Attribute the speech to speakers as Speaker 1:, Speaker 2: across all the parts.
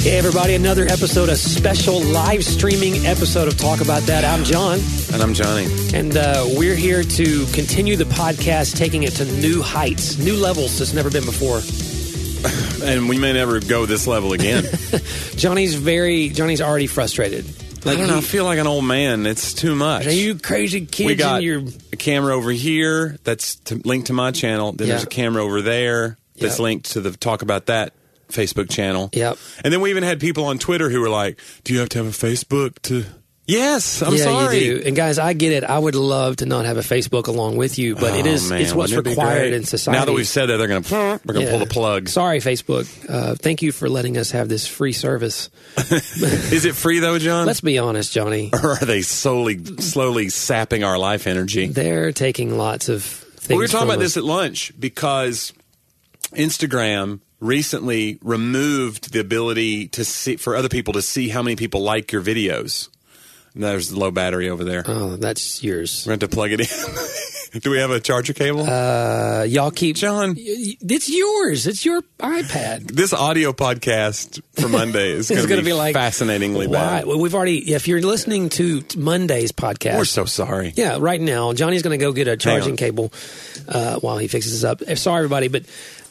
Speaker 1: Hey, everybody, another episode, a special live streaming episode of Talk About That. I'm John,
Speaker 2: And I'm Johnny.
Speaker 1: and uh, we're here to continue the podcast, taking it to new heights, new levels that's never been before.
Speaker 2: And we may never go this level again.
Speaker 1: Johnny's very, Johnny's already frustrated.
Speaker 2: I don't know. I
Speaker 1: he-
Speaker 2: feel like an old man. It's too much.
Speaker 1: are you crazy kids?
Speaker 2: we got
Speaker 1: and you're,
Speaker 2: a camera over here that's t- linked to my channel. Then there's
Speaker 1: Yeah.
Speaker 2: a camera over there that's
Speaker 1: Yeah.
Speaker 2: linked to the Talk About That Facebook channel.
Speaker 1: Yep.
Speaker 2: And then we even had people on Twitter who were like, Do you have to have a Facebook to. Yes, I'm
Speaker 1: yeah,
Speaker 2: sorry.
Speaker 1: you do. And guys, I get it. I would love to not have a Facebook along with you, but it
Speaker 2: Oh,
Speaker 1: is
Speaker 2: man,
Speaker 1: it's what's
Speaker 2: wouldn't it be
Speaker 1: required
Speaker 2: great?
Speaker 1: in society.
Speaker 2: Now that we've said that, they're going to we're going to
Speaker 1: Yeah.
Speaker 2: pull the plug.
Speaker 1: Sorry, Facebook. Uh, thank you for letting us have this free service.
Speaker 2: Is it free though, John?
Speaker 1: Let's be honest, Johnny.
Speaker 2: or are they slowly slowly sapping our life energy?
Speaker 1: They're taking lots of things.
Speaker 2: we were talking
Speaker 1: from
Speaker 2: about
Speaker 1: us.
Speaker 2: this at lunch because Instagram recently removed the ability to see for other people to see how many people like your videos. And There's the low battery over there. We're
Speaker 1: Oh, that's yours.
Speaker 2: going to plug it in. Do we have a charger cable?
Speaker 1: Uh, y'all keep.
Speaker 2: John,
Speaker 1: Y- It's yours. It's your iPad.
Speaker 2: this audio podcast for Monday
Speaker 1: It's
Speaker 2: is going to
Speaker 1: gonna
Speaker 2: be,
Speaker 1: be like,
Speaker 2: fascinatingly
Speaker 1: Why?
Speaker 2: bad.
Speaker 1: Well, we've already. If you're listening to t- Monday's podcast,
Speaker 2: We're so sorry.
Speaker 1: Yeah, right now Johnny's going to go get a charging
Speaker 2: on.
Speaker 1: cable uh, while he fixes this up. Eh, Sorry, everybody, but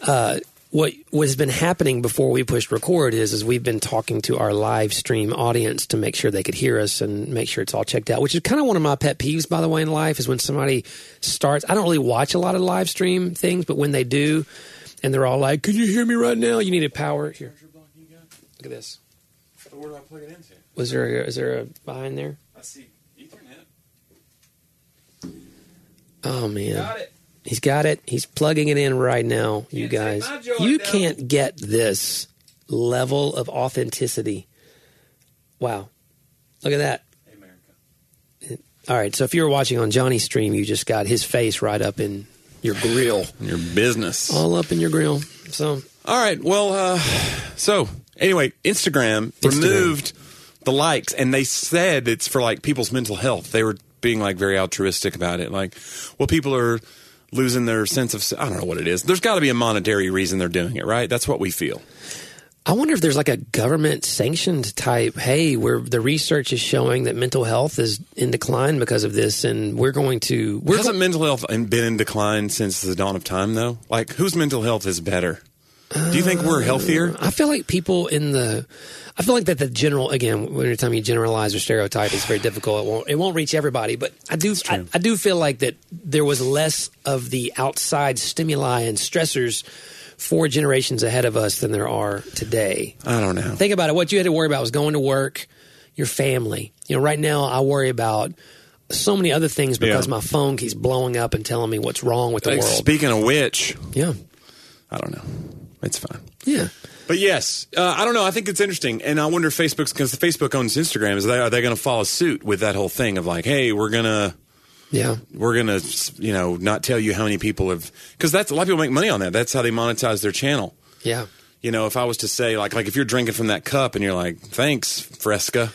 Speaker 1: uh, what what has been happening before we pushed record is is we've been talking to our live stream audience to make sure they could hear us and make sure it's all checked out, which is kind of one of my pet peeves, by the way, in life is when somebody starts. I don't really watch a lot of live stream things, but when they do, and they're all like, "Can you hear me right now? You needed power here. Look at this.
Speaker 2: Where do I plug it into?
Speaker 1: Was there a, is there a behind there?
Speaker 2: I see Ethernet.
Speaker 1: Oh man."
Speaker 2: it.
Speaker 1: He's got it. He's plugging it in right now, you
Speaker 2: Can't take
Speaker 1: guys.
Speaker 2: my joy
Speaker 1: You
Speaker 2: down.
Speaker 1: can't get this level of authenticity. Wow. Look at that. All right. So if you were watching on Johnny's stream, you just got his face right up in your grill,
Speaker 2: Your business.
Speaker 1: all up in your grill. So
Speaker 2: All right. Well, uh, so anyway, Instagram,
Speaker 1: Instagram.
Speaker 2: removed the likes, and they said it's for like people's mental health. They were being like very altruistic about it. Like, well, people are losing their sense of. I don't know what it is. There's got to be a monetary reason they're doing it, right? That's what we feel.
Speaker 1: I wonder if there's like a government sanctioned type, hey, we're the research is showing that mental health is in decline because of this and we're going to we're
Speaker 2: Hasn't mental health been in decline since the dawn of time, though? Like, whose mental health is better? Do you think we're healthier?
Speaker 1: I feel like people in the, I feel like that the general again when you're telling me generalize or stereotype, it's very difficult. It won't it won't reach everybody, but I do I, I do feel like that there was less of the outside stimuli and stressors four generations ahead of us than there are today.
Speaker 2: I don't know.
Speaker 1: Think about it. What you had to worry about was going to work, your family. You know, right now I worry about so many other things because
Speaker 2: Yeah.
Speaker 1: my phone keeps blowing up and telling me what's wrong with the
Speaker 2: Like,
Speaker 1: world.
Speaker 2: speaking of which,
Speaker 1: yeah,
Speaker 2: I don't know. It's fine.
Speaker 1: yeah.
Speaker 2: But yes, uh, I don't know. I think it's interesting, and I wonder if Facebook's because Facebook owns Instagram. Is they are they going to follow suit with that whole thing of like, hey, we're gonna
Speaker 1: Yeah,
Speaker 2: we're gonna you know not tell you how many people have because that's a lot of people make money on that. That's how they monetize their channel.
Speaker 1: yeah.
Speaker 2: You know, if I was to say like like if you're drinking from that cup and you're like, thanks Fresca,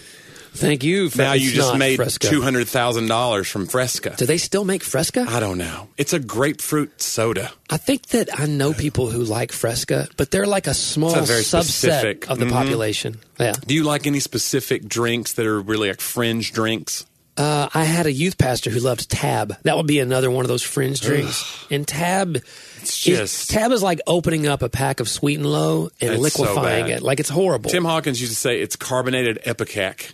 Speaker 1: Thank you. For,
Speaker 2: now you
Speaker 1: it's
Speaker 2: just
Speaker 1: not
Speaker 2: made
Speaker 1: Fresca.
Speaker 2: two hundred thousand dollars from Fresca.
Speaker 1: Do they still make Fresca?
Speaker 2: I don't know. It's a grapefruit soda.
Speaker 1: I think that I know people who like Fresca, but they're like a small
Speaker 2: It's a very
Speaker 1: subset
Speaker 2: specific-
Speaker 1: of the
Speaker 2: Mhm.
Speaker 1: population. Yeah.
Speaker 2: Do you like any specific drinks that are really like fringe drinks?
Speaker 1: Uh, I had a youth pastor who loved Tab. That would be another one of those fringe drinks. and Tab,
Speaker 2: It's
Speaker 1: is-
Speaker 2: just
Speaker 1: Tab is like opening up a pack of Sweet and Low and
Speaker 2: It's so
Speaker 1: liquefying
Speaker 2: bad.
Speaker 1: it. Like it's horrible.
Speaker 2: Tim Hawkins used to say it's carbonated Epicac.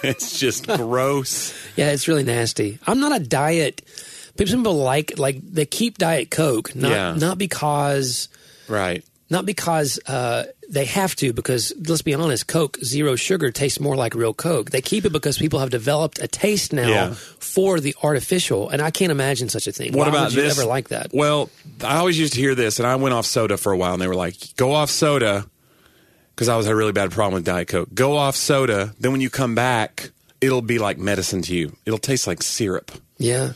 Speaker 2: it's just gross.
Speaker 1: yeah, it's really nasty. I'm not a diet. People, some people like like they keep Diet Coke, not
Speaker 2: Yeah.
Speaker 1: not because
Speaker 2: Right.
Speaker 1: not because uh, they have to, because let's be honest, Coke Zero Sugar tastes more like real Coke. They keep it because people have developed a taste now
Speaker 2: Yeah.
Speaker 1: for the artificial, and I can't imagine such a thing.
Speaker 2: What
Speaker 1: Why
Speaker 2: about
Speaker 1: would you
Speaker 2: this?
Speaker 1: Ever like that?
Speaker 2: Well, I always used to hear this, and I went off soda for a while, and they were like, go off soda, because I was had a really bad problem with Diet Coke. Go off soda, then when you come back, it'll be like medicine to you. It'll taste like syrup.
Speaker 1: Yeah,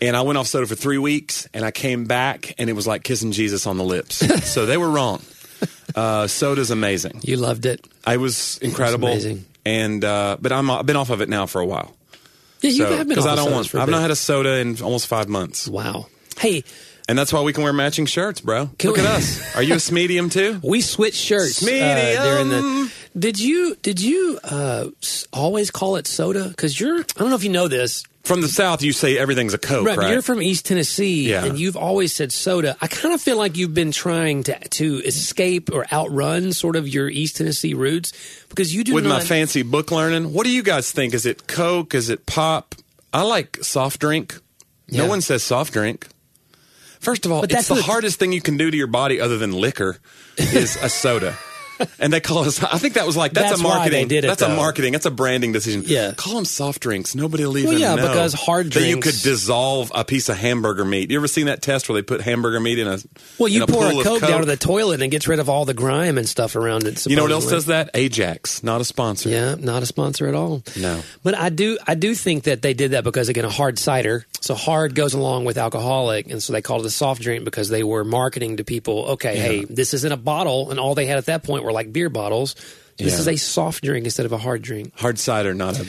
Speaker 2: And I went off soda for three weeks, and I came back, and it was like kissing Jesus on the lips. so they were wrong. Uh, soda's amazing.
Speaker 1: you loved it.
Speaker 2: I was incredible.
Speaker 1: amazing.
Speaker 2: And uh, but I'm I've been off of it now for a while.
Speaker 1: Yeah, you
Speaker 2: So-
Speaker 1: have been. off
Speaker 2: I
Speaker 1: of
Speaker 2: don't
Speaker 1: sodas
Speaker 2: want.
Speaker 1: for a
Speaker 2: I've not
Speaker 1: bit.
Speaker 2: had a soda in almost five months.
Speaker 1: Wow. Hey,
Speaker 2: And that's why we can wear matching shirts, bro.
Speaker 1: Can
Speaker 2: Look
Speaker 1: we-
Speaker 2: at us. Are you a Smedium too?
Speaker 1: We switched shirts uh,
Speaker 2: Smedium.
Speaker 1: during the. Did you did you uh, s- always call it soda? Because you're I don't know if you know this,
Speaker 2: From the South, you say everything's a Coke,
Speaker 1: right?
Speaker 2: right?
Speaker 1: But you're from East Tennessee,
Speaker 2: Yeah.
Speaker 1: and you've always said soda. I kind of feel like you've been trying to to escape or outrun sort of your East Tennessee roots because you do
Speaker 2: With
Speaker 1: not.
Speaker 2: my fancy book learning, what do you guys think? Is it Coke? Is it pop? I like soft drink.
Speaker 1: Yeah.
Speaker 2: No one says soft drink. First of all,
Speaker 1: But that's
Speaker 2: it's the
Speaker 1: what-
Speaker 2: hardest thing you can do to your body other than liquor is a soda. And they call us. I think that was like that's,
Speaker 1: That's
Speaker 2: a
Speaker 1: why they
Speaker 2: marketing.
Speaker 1: did it,
Speaker 2: that's
Speaker 1: though.
Speaker 2: a marketing. That's a branding decision.
Speaker 1: Yeah.
Speaker 2: call them soft drinks. Nobody will even.
Speaker 1: Well, yeah,
Speaker 2: know
Speaker 1: because hard
Speaker 2: that you
Speaker 1: drinks-
Speaker 2: could dissolve a piece of hamburger meat. You ever seen that test where they put hamburger meat in a
Speaker 1: well,
Speaker 2: in
Speaker 1: you pour a
Speaker 2: pool
Speaker 1: coke,
Speaker 2: of
Speaker 1: down to the toilet and it gets rid of all the grime and stuff around it.
Speaker 2: You know what else
Speaker 1: supposedly.
Speaker 2: does that? Ajax, not a sponsor.
Speaker 1: Yeah, not a sponsor at all.
Speaker 2: No.
Speaker 1: but I do. I do think that they did that because again, a hard cider. So hard goes along with alcoholic, and so they called it a soft drink because they were marketing to people. Okay, hey, this isn't a bottle, and all they had at that point were like beer bottles. This
Speaker 2: Yeah.
Speaker 1: is a soft drink instead of a hard drink.
Speaker 2: Hard cider, not a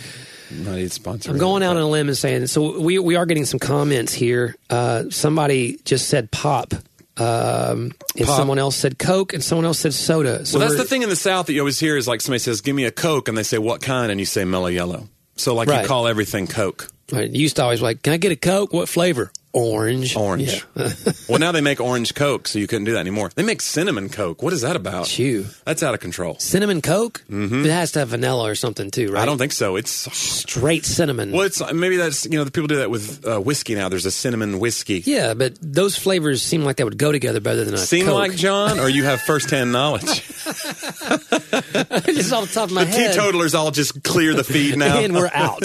Speaker 2: not a sponsor.
Speaker 1: I'm going out on a limb and saying so. We we are getting some comments here. Uh, somebody just said pop. Um, and
Speaker 2: Pop.
Speaker 1: someone else said Coke, and someone else said soda. So
Speaker 2: Well, that's
Speaker 1: we're-
Speaker 2: the thing in the South that you always hear is like somebody says, "Give me a Coke," and they say, "What kind?" and you say mellow yellow. So like
Speaker 1: Right.
Speaker 2: you call everything Coke,
Speaker 1: Right, you used to always like, can I get a Coke? What flavor? Orange.
Speaker 2: orange. well, now they make orange Coke, so you couldn't do that anymore. They make cinnamon Coke. What is that about?
Speaker 1: Chew.
Speaker 2: That's out of control.
Speaker 1: Cinnamon Coke? Mm-hmm. It has to have vanilla or something too, right?
Speaker 2: I don't think so. It's
Speaker 1: straight cinnamon.
Speaker 2: well, it's maybe that's you know the people do that with uh, whiskey now. There's a cinnamon whiskey.
Speaker 1: Yeah, but those flavors seem like they would go together better than a
Speaker 2: Seem
Speaker 1: Coke.
Speaker 2: like John, or you have firsthand knowledge.
Speaker 1: just off the top of my head.
Speaker 2: Teetotalers all just clear the feed now.
Speaker 1: And we're out.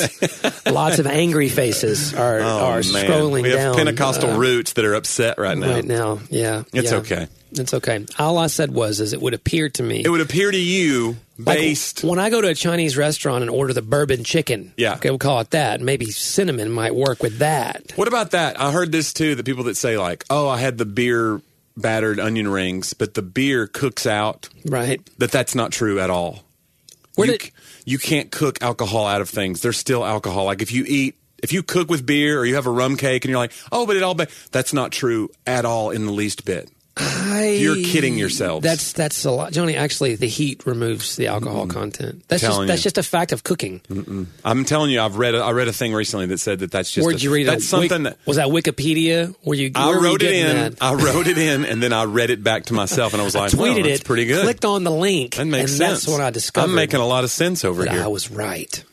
Speaker 1: Lots of angry faces are
Speaker 2: Oh,
Speaker 1: are
Speaker 2: man.
Speaker 1: scrolling
Speaker 2: we have
Speaker 1: down
Speaker 2: Pentecostal
Speaker 1: uh,
Speaker 2: roots that are upset right now.
Speaker 1: right now. Yeah,
Speaker 2: Oh. It's
Speaker 1: yeah.
Speaker 2: okay.
Speaker 1: It's okay. All I said was, is it would appear to me
Speaker 2: It would appear to you
Speaker 1: Like,
Speaker 2: based.
Speaker 1: when I go to a Chinese restaurant and order the bourbon chicken.
Speaker 2: Yeah.
Speaker 1: okay, we'll call it that. Maybe cinnamon might work with that.
Speaker 2: what about that? I heard this too. The people that say like, "Oh, I had the beer battered onion rings, but the beer cooks out."
Speaker 1: Right?
Speaker 2: That that's not true at all.
Speaker 1: Where
Speaker 2: you,
Speaker 1: did-
Speaker 2: c- you can't cook alcohol out of things. There's still alcohol. Like if you eat, if you cook with beer or you have a rum cake and you're like, "Oh, but it all," ba-. that's not true at all in the least bit.
Speaker 1: I-
Speaker 2: You're kidding yourselves.
Speaker 1: E, That's that's a lot, Johnny. Actually, the heat removes the alcohol content. That's just
Speaker 2: Mm-hmm. Telling
Speaker 1: that's
Speaker 2: you.
Speaker 1: just
Speaker 2: Mm-hmm.
Speaker 1: a fact of cooking.
Speaker 2: I'm telling you, I've read a, I read a thing recently that said that that's just
Speaker 1: Where'd
Speaker 2: a-
Speaker 1: you read
Speaker 2: that's
Speaker 1: it?
Speaker 2: something
Speaker 1: Wik-
Speaker 2: that
Speaker 1: was that Wikipedia? Where you where
Speaker 2: I
Speaker 1: were you
Speaker 2: wrote it
Speaker 1: getting
Speaker 2: in.
Speaker 1: that?
Speaker 2: I wrote it in, and then I read it back to myself, and I was like,
Speaker 1: tweeted
Speaker 2: well,
Speaker 1: it.
Speaker 2: that's pretty good.
Speaker 1: Clicked on the link.
Speaker 2: that
Speaker 1: and
Speaker 2: makes sense.
Speaker 1: That's what I discovered.
Speaker 2: I'm making a lot of sense over
Speaker 1: that I
Speaker 2: here.
Speaker 1: was right.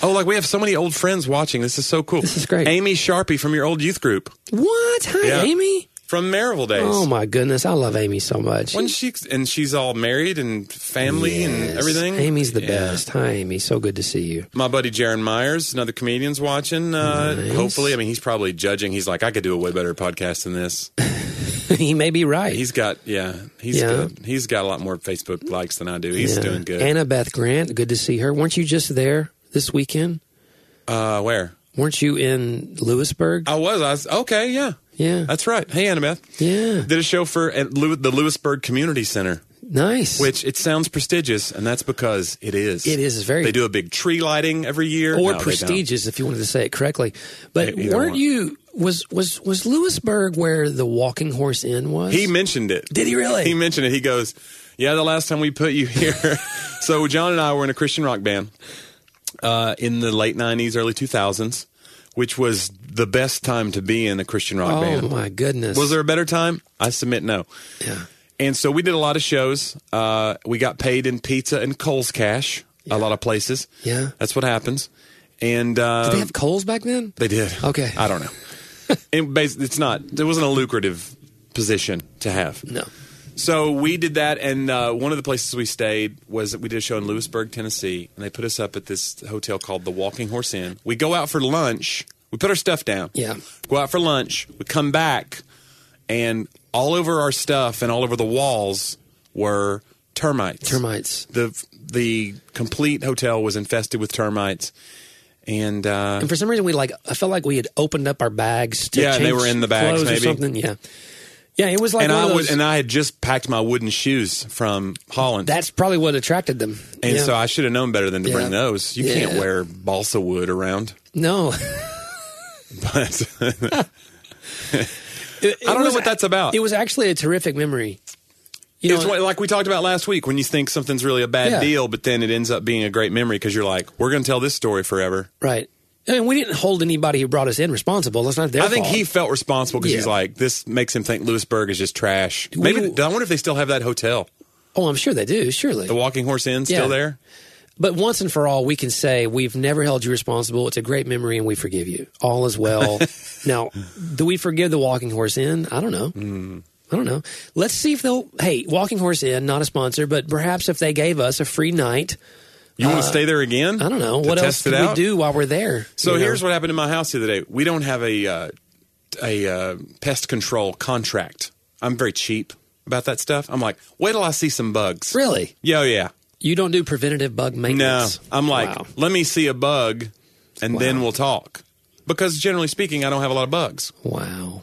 Speaker 2: oh, like we have so many old friends watching. This is so cool. This
Speaker 1: is great.
Speaker 2: Amy Sharpie from your old youth group
Speaker 1: What? Hi,
Speaker 2: Yeah.
Speaker 1: Amy.
Speaker 2: from Maryville days.
Speaker 1: Oh my goodness, I love Amy so much.
Speaker 2: Wasn't she and she's all married and family
Speaker 1: Yes.
Speaker 2: and everything.
Speaker 1: Amy's the
Speaker 2: Yeah.
Speaker 1: best. Hi, Amy. So good to see you.
Speaker 2: My buddy Jaron Myers, another comedian's watching. Uh, Hopefully, I mean he's probably judging. He's like, I could do a way better podcast than this.
Speaker 1: he may be right.
Speaker 2: He's got yeah, he's
Speaker 1: Yeah.
Speaker 2: good. He's got a lot more Facebook likes than I do. He's
Speaker 1: Yeah.
Speaker 2: doing good.
Speaker 1: Anna Beth Grant, good to see her. Weren't you just there this weekend?
Speaker 2: uh, where?
Speaker 1: Weren't you in Lewisburg?
Speaker 2: I was. I was okay. Yeah,
Speaker 1: yeah.
Speaker 2: that's right. Hey, Annabeth.
Speaker 1: yeah.
Speaker 2: Did a show for at Lew- the Lewisburg Community Center,
Speaker 1: Nice.
Speaker 2: which it sounds prestigious, and that's because it is.
Speaker 1: It is very-
Speaker 2: They do a big tree lighting every year,
Speaker 1: or
Speaker 2: No, they
Speaker 1: prestigious, if you wanted to say it correctly. But
Speaker 2: E- either
Speaker 1: weren't
Speaker 2: one.
Speaker 1: you was was was Lewisburg where the Walking Horse Inn was?
Speaker 2: don't. He mentioned it.
Speaker 1: Did he really?
Speaker 2: He mentioned it. He goes, "Yeah, the last time we put you here." so John and I were in a Christian rock band uh, in the late '90s, early 2000s, which was the best time to be in a Christian rock
Speaker 1: oh
Speaker 2: band.
Speaker 1: my goodness.
Speaker 2: Was there a better time? I submit no.
Speaker 1: Yeah.
Speaker 2: And so we did a lot of shows. Uh, we got paid in pizza and Coles cash. A lot of places.
Speaker 1: Yeah.
Speaker 2: that's what happens. And uh,
Speaker 1: Did they have Coles back then?
Speaker 2: they did.
Speaker 1: Okay.
Speaker 2: I don't know. it, bas- it's not. It wasn't a lucrative position to have.
Speaker 1: No.
Speaker 2: So we did that, and uh, one of the places we stayed was we did a show in Lewisburg, Tennessee, and they put us up at this hotel called the Walking Horse Inn. We go out for lunch. We put our stuff down.
Speaker 1: Yeah.
Speaker 2: Go out for lunch. We come back, and all over our stuff and all over the walls were termites.
Speaker 1: Termites.
Speaker 2: The the complete hotel was infested with termites, and uh,
Speaker 1: And for some reason, we like I felt like we had opened up our bags. To
Speaker 2: Yeah,
Speaker 1: change
Speaker 2: they were in the bags,
Speaker 1: clothes
Speaker 2: maybe.
Speaker 1: or something. Yeah, yeah. It was like
Speaker 2: and
Speaker 1: one
Speaker 2: I
Speaker 1: of
Speaker 2: was
Speaker 1: those-
Speaker 2: and I had just packed my wooden shoes from Holland.
Speaker 1: that's probably what attracted them.
Speaker 2: And
Speaker 1: Yeah.
Speaker 2: so I should have known better than to
Speaker 1: Yeah.
Speaker 2: bring those. You
Speaker 1: Yeah.
Speaker 2: can't wear balsa wood around.
Speaker 1: no,
Speaker 2: But I don't know what that's about.
Speaker 1: It was actually a terrific memory. You
Speaker 2: it's
Speaker 1: know,
Speaker 2: what- like we talked about last week when you think something's really a bad
Speaker 1: Yeah.
Speaker 2: deal, but then it ends up being a great memory because you're like, we're going to tell this story forever.
Speaker 1: right? I mean, we didn't hold anybody who brought us in responsible. That's not their
Speaker 2: I think
Speaker 1: fault.
Speaker 2: he felt responsible because he's
Speaker 1: Yeah.
Speaker 2: like, this makes him think Lewisburg is just trash. Maybe I wonder if they still have that hotel,
Speaker 1: Oh, I'm sure they do. Surely.
Speaker 2: the Walking Horse Inn, still
Speaker 1: Yeah.
Speaker 2: there.
Speaker 1: But once and for all, we can say we've never held you responsible. It's a great memory, and we forgive you. All is well. now, do we forgive the Walking Horse Inn? I don't know.
Speaker 2: Mm.
Speaker 1: I don't know. Let's see if they'll. Hey, Walking Horse Inn, not a sponsor, but perhaps if they gave us a free night,
Speaker 2: You want to stay there again?
Speaker 1: Uh, I don't know.
Speaker 2: To
Speaker 1: what else
Speaker 2: test it
Speaker 1: can we
Speaker 2: out?
Speaker 1: do while we're there?
Speaker 2: So
Speaker 1: you know?
Speaker 2: here's what happened in my house the other day. We don't have a uh, a uh, pest control contract. I'm very cheap about that stuff. I'm like, wait till I see some bugs.
Speaker 1: really
Speaker 2: Yeah, oh, yeah.
Speaker 1: you don't do preventative bug
Speaker 2: No,
Speaker 1: maintenance.
Speaker 2: I'm like,
Speaker 1: Wow.
Speaker 2: let me see a bug, and then we'll talk. Because generally speaking, I don't have a lot of bugs.
Speaker 1: wow.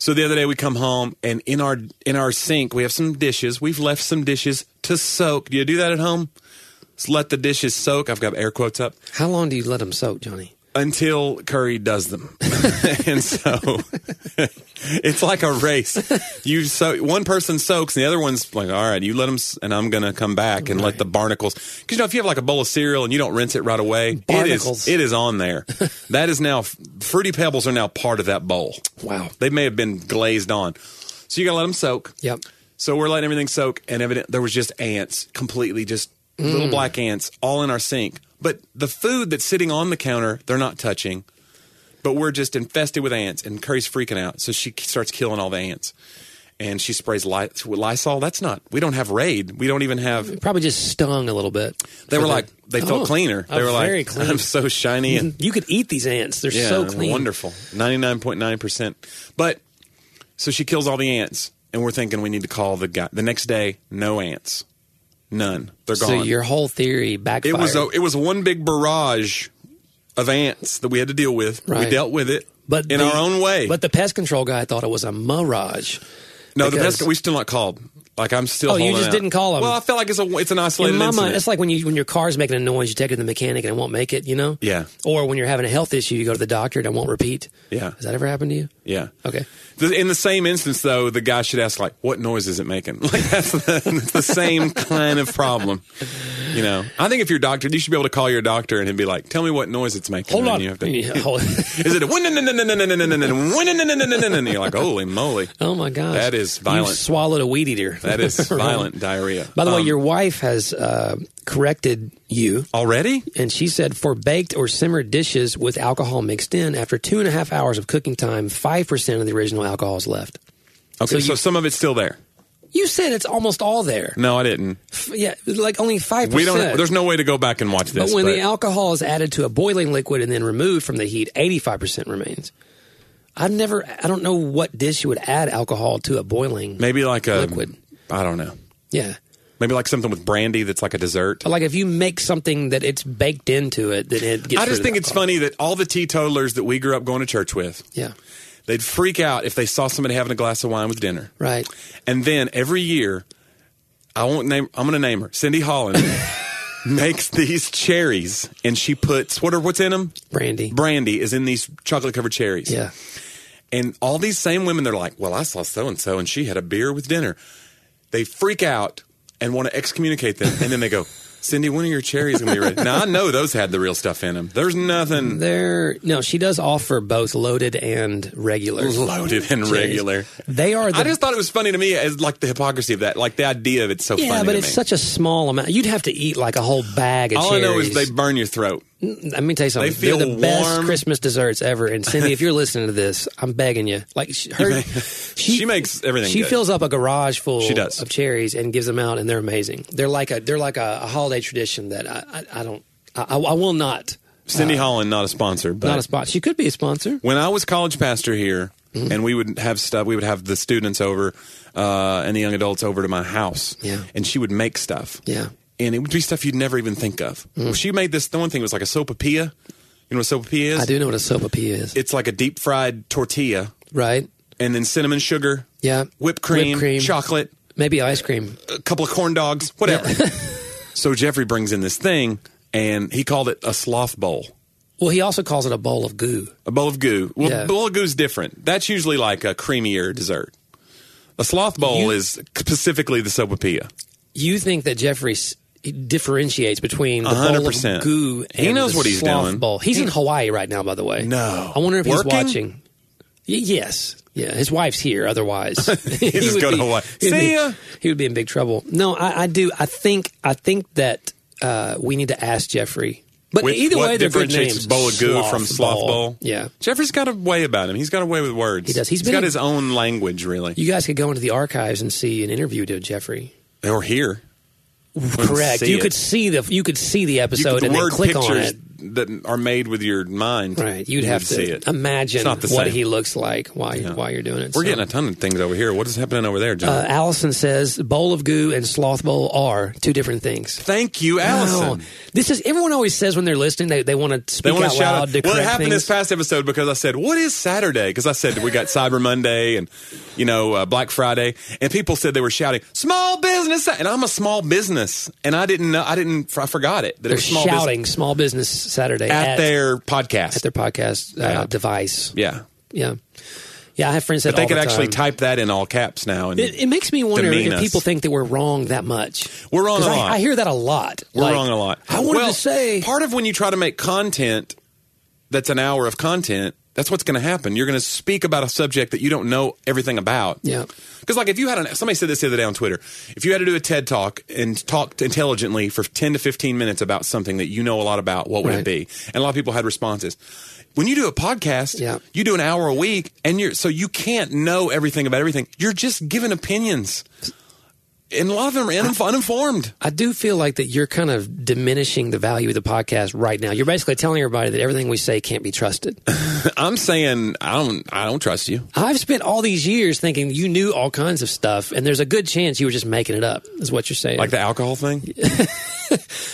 Speaker 2: So the other day we come home, and in our in our sink we have some dishes. We've left some dishes to soak. Do you do that at home? Just let the dishes soak. I've got air quotes up.
Speaker 1: How long do you let them soak, Johnny?
Speaker 2: until Curry does them. and so it's like a race. You so one person soaks and the other one's like, "All right, you let them and I'm going to come back and let the barnacles." Cuz you know if you have like a bowl of cereal and you don't rinse it right away, it is
Speaker 1: Barnacles.
Speaker 2: it is on there. that is now fruity pebbles are now part of that bowl.
Speaker 1: Wow.
Speaker 2: They may have been glazed on. So you got to let them soak.
Speaker 1: Yep.
Speaker 2: So we're letting everything soak, and evident there was just ants, completely just
Speaker 1: Mm.
Speaker 2: little black ants, all in our sink. But the food that's sitting on the counter, they're not touching. But we're just infested with ants, and Curry's freaking out. So she k- starts killing all the ants, and she sprays Ly- Lysol. That's not. We don't have Raid. We don't even have.
Speaker 1: Probably just stung a little bit.
Speaker 2: They
Speaker 1: For
Speaker 2: were
Speaker 1: the-
Speaker 2: like they felt
Speaker 1: Oh,
Speaker 2: cleaner. They
Speaker 1: oh,
Speaker 2: were
Speaker 1: very
Speaker 2: like,
Speaker 1: clean.
Speaker 2: I'm so shiny and
Speaker 1: you could eat these ants. They're
Speaker 2: yeah,
Speaker 1: so clean.
Speaker 2: Wonderful. 99.9%. But so she kills all the ants, and we're thinking we need to call the guy. The next day, no ants. None. They're gone.
Speaker 1: So your whole theory backfired.
Speaker 2: it was a, it was one big barrage of ants that we had to deal with. We
Speaker 1: Right.
Speaker 2: dealt with it
Speaker 1: but
Speaker 2: in
Speaker 1: the-
Speaker 2: our own way.
Speaker 1: But the pest control guy thought it was a mirage.
Speaker 2: no, the
Speaker 1: because-
Speaker 2: best we still not called. Like I'm still.
Speaker 1: Oh, you
Speaker 2: holding
Speaker 1: just
Speaker 2: out.
Speaker 1: didn't call 'em.
Speaker 2: Well, I feel like it's a it's an
Speaker 1: In
Speaker 2: isolated
Speaker 1: my
Speaker 2: incident.
Speaker 1: mind, it's like when you when your car's making a noise, you take it to the mechanic and it won't make it. You know.
Speaker 2: Yeah.
Speaker 1: Or when you're having a health issue, you go to the doctor and it won't repeat.
Speaker 2: Yeah.
Speaker 1: Has that ever happened to you?
Speaker 2: yeah.
Speaker 1: Okay.
Speaker 2: The- In the same instance, though, the guy should ask, like, what noise is it making? Like, that's the, it's the same kind of problem. You know, I think if you're a doctor, you should be able to call your doctor and he'd be like, tell me what noise it's making.
Speaker 1: Hold
Speaker 2: and then
Speaker 1: on.
Speaker 2: You have to,
Speaker 1: Yeah, hold-
Speaker 2: is it a win- win- win- win- win- win- win- win- win- win- win- You're like, holy moly.
Speaker 1: oh my gosh.
Speaker 2: That is
Speaker 1: You
Speaker 2: violent.
Speaker 1: swallowed a weed eater.
Speaker 2: That is
Speaker 1: Right.
Speaker 2: violent diarrhea.
Speaker 1: By the way,
Speaker 2: Um,
Speaker 1: your wife has uh, corrected you,
Speaker 2: Already?
Speaker 1: and she said for baked or simmered dishes with alcohol mixed in, after two and a half hours of cooking time, five percent of the original alcohol is left.
Speaker 2: Okay, so,
Speaker 1: you-
Speaker 2: some of it's still there.
Speaker 1: You said it's almost all there.
Speaker 2: No, I didn't.
Speaker 1: F- Yeah, like only five
Speaker 2: We don't.
Speaker 1: percent.
Speaker 2: There's no way to go back and watch this.
Speaker 1: But when
Speaker 2: but-
Speaker 1: the alcohol is added to a boiling liquid and then removed from the heat, 85% remains. I've never, I don't know what dish you would add alcohol to a boiling.
Speaker 2: maybe like a
Speaker 1: Liquid.
Speaker 2: I don't know.
Speaker 1: Yeah.
Speaker 2: Maybe like something with brandy that's like a dessert.
Speaker 1: But like if you make something that it's baked into it, then it gets
Speaker 2: I
Speaker 1: rid
Speaker 2: just
Speaker 1: of
Speaker 2: think
Speaker 1: the
Speaker 2: it's
Speaker 1: alcohol.
Speaker 2: funny that all the teetotalers that we grew up going to church with,
Speaker 1: Yeah.
Speaker 2: they'd freak out if they saw somebody having a glass of wine with dinner.
Speaker 1: Right.
Speaker 2: And then every year, I won't name. I'm going to name her Cindy Holland. makes these cherries, and she puts what are what's in them?
Speaker 1: Brandy.
Speaker 2: Brandy is in these chocolate covered cherries.
Speaker 1: yeah.
Speaker 2: And all these same women, they're like, well, I saw so and so, and she had a beer with dinner. They freak out and want to excommunicate them. And then they go, Cindy, when are your cherries going to be ready? now, I know those had the real stuff in them. There's nothing
Speaker 1: They're, no, she does offer both loaded and regular.
Speaker 2: loaded and
Speaker 1: cherries.
Speaker 2: regular.
Speaker 1: They are the
Speaker 2: I just thought it was funny to me as like the hypocrisy of that, like the idea of it's so funny.
Speaker 1: yeah, but
Speaker 2: to
Speaker 1: it's
Speaker 2: me.
Speaker 1: such a small amount. You'd have to eat like a whole bag of
Speaker 2: All I
Speaker 1: cherries.
Speaker 2: know is they burn your throat.
Speaker 1: Let me tell you something.
Speaker 2: They feel
Speaker 1: are the best
Speaker 2: warm.
Speaker 1: Christmas desserts ever. And Cindy, if you're listening to this, I'm begging you. Like sh- her,
Speaker 2: she makes everything
Speaker 1: She
Speaker 2: good.
Speaker 1: fills up a garage full
Speaker 2: She does.
Speaker 1: of cherries and gives them out, and they're amazing. They're like a they're like a, a holiday tradition that I I, I don't I, I I will not
Speaker 2: Cindy Holland, not a sponsor, but
Speaker 1: not a spot. She could be a sponsor.
Speaker 2: when I was college pastor here,
Speaker 1: Mm-hmm.
Speaker 2: and we would have stuff, we would have the students over uh, and the young adults over to my house,
Speaker 1: Yeah.
Speaker 2: and she would make stuff,
Speaker 1: Yeah. Mm.
Speaker 2: and it would be stuff you'd never even think of. Well, she made this. The one thing was like a sopapilla. You know what sopapilla is?
Speaker 1: I do know what a sopapilla is,
Speaker 2: It's like a deep fried tortilla,
Speaker 1: right?
Speaker 2: and then cinnamon sugar,
Speaker 1: Yeah,
Speaker 2: whipped cream,
Speaker 1: Whipped cream.
Speaker 2: chocolate,
Speaker 1: maybe ice cream.
Speaker 2: a couple of corn dogs, whatever. so Jeffrey brings in this thing, and he called it a sloth bowl.
Speaker 1: Well, he also calls it a bowl of goo.
Speaker 2: A bowl of goo. Well,
Speaker 1: Yeah.
Speaker 2: bowl of goo's different. That's usually like a creamier dessert. A sloth bowl
Speaker 1: You-
Speaker 2: is specifically the sopapilla.
Speaker 1: You think that Jeffrey s- differentiates between the bowl
Speaker 2: 100%.
Speaker 1: of goo and
Speaker 2: He knows
Speaker 1: the
Speaker 2: what he's
Speaker 1: sloth
Speaker 2: doing.
Speaker 1: bowl? He's in Hawaii right now, by the way.
Speaker 2: No.
Speaker 1: I wonder if
Speaker 2: Working?
Speaker 1: he's watching. Y- yes. Yeah, his wife's here. Otherwise, he
Speaker 2: just
Speaker 1: would
Speaker 2: go to
Speaker 1: be-
Speaker 2: Hawaii.
Speaker 1: he'd
Speaker 2: See
Speaker 1: be-
Speaker 2: ya.
Speaker 1: He would be in big trouble. No, I, I do. I think. I think that uh, we need to ask Jeffrey. But
Speaker 2: With
Speaker 1: either
Speaker 2: what
Speaker 1: way, they're good names.
Speaker 2: differentiates bowl of goo from sloth bowl?
Speaker 1: Yeah.
Speaker 2: Jeffrey's got a way about him. He's got a way with words.
Speaker 1: He does. He's
Speaker 2: He's
Speaker 1: been
Speaker 2: got
Speaker 1: in-
Speaker 2: his own language, really.
Speaker 1: You guys could go into the archives and see an interview to Jeffrey.
Speaker 2: or here.
Speaker 1: Correct.
Speaker 2: see
Speaker 1: You
Speaker 2: it.
Speaker 1: could see the you could see the
Speaker 2: You,
Speaker 1: episode
Speaker 2: the
Speaker 1: and then
Speaker 2: word
Speaker 1: click
Speaker 2: pictures
Speaker 1: on it.
Speaker 2: that are made with your mind.
Speaker 1: Right. You'd
Speaker 2: you
Speaker 1: have
Speaker 2: would
Speaker 1: to
Speaker 2: see it.
Speaker 1: imagine
Speaker 2: It's not
Speaker 1: what
Speaker 2: the same.
Speaker 1: he looks like while you, while you're doing it. So,
Speaker 2: We're getting a ton of things over here. What is happening over there, John?
Speaker 1: uh, Allison says bowl of goo and sloth bowl are two different things.
Speaker 2: Thank you, Allison.
Speaker 1: Wow. This is everyone always says when they're listening they, they want to
Speaker 2: They
Speaker 1: speak
Speaker 2: want to
Speaker 1: out
Speaker 2: shout
Speaker 1: loud
Speaker 2: out.
Speaker 1: to
Speaker 2: Well, it
Speaker 1: correct
Speaker 2: happened
Speaker 1: things.
Speaker 2: this past episode because I said, "What is Saturday?" Because I said we got Cyber Monday and you know uh, Black Friday, and people said they were shouting "Small Business," Sa-" and I'm a small business, and I didn't know. I didn't. I forgot it. That it
Speaker 1: they're
Speaker 2: was small
Speaker 1: shouting small business Saturday
Speaker 2: business
Speaker 1: at,
Speaker 2: at their podcast.
Speaker 1: at their podcast uh, device.
Speaker 2: yeah,
Speaker 1: Yeah, yeah. I have friends that
Speaker 2: they
Speaker 1: all
Speaker 2: could
Speaker 1: the
Speaker 2: actually
Speaker 1: time.
Speaker 2: type that in all caps now. And
Speaker 1: It, it makes me wonder
Speaker 2: demean
Speaker 1: if
Speaker 2: us.
Speaker 1: people think that we're wrong that much.
Speaker 2: We're wrong
Speaker 1: 'Cause
Speaker 2: a
Speaker 1: I-
Speaker 2: lot.
Speaker 1: I, hear that a lot.
Speaker 2: we're
Speaker 1: Like,
Speaker 2: wrong a lot.
Speaker 1: I wanted
Speaker 2: Well,
Speaker 1: to say
Speaker 2: part of when you try to make content that's an hour of content. That's what's going to happen. You're going to speak about a subject that you don't know everything about.
Speaker 1: Yeah.
Speaker 2: Because like if you had an somebody said this the other day on Twitter, if you had to do a TED talk and talk intelligently for ten to fifteen minutes about something that you know a lot about, what would
Speaker 1: Right.
Speaker 2: it be? And a lot of people had responses. When you do a podcast,
Speaker 1: Yeah.
Speaker 2: you do an hour a week, and you're so you can't know everything about everything. You're just giving opinions, and a lot of them are uninf- uninformed.
Speaker 1: I do feel like that you're kind of diminishing the value of the podcast right now. You're basically telling everybody that everything we say can't be trusted.
Speaker 2: I'm saying I don't I don't trust you.
Speaker 1: I've spent all these years thinking you knew all kinds of stuff, and there's a good chance you were just making it up, is what you're saying.
Speaker 2: Like the alcohol thing.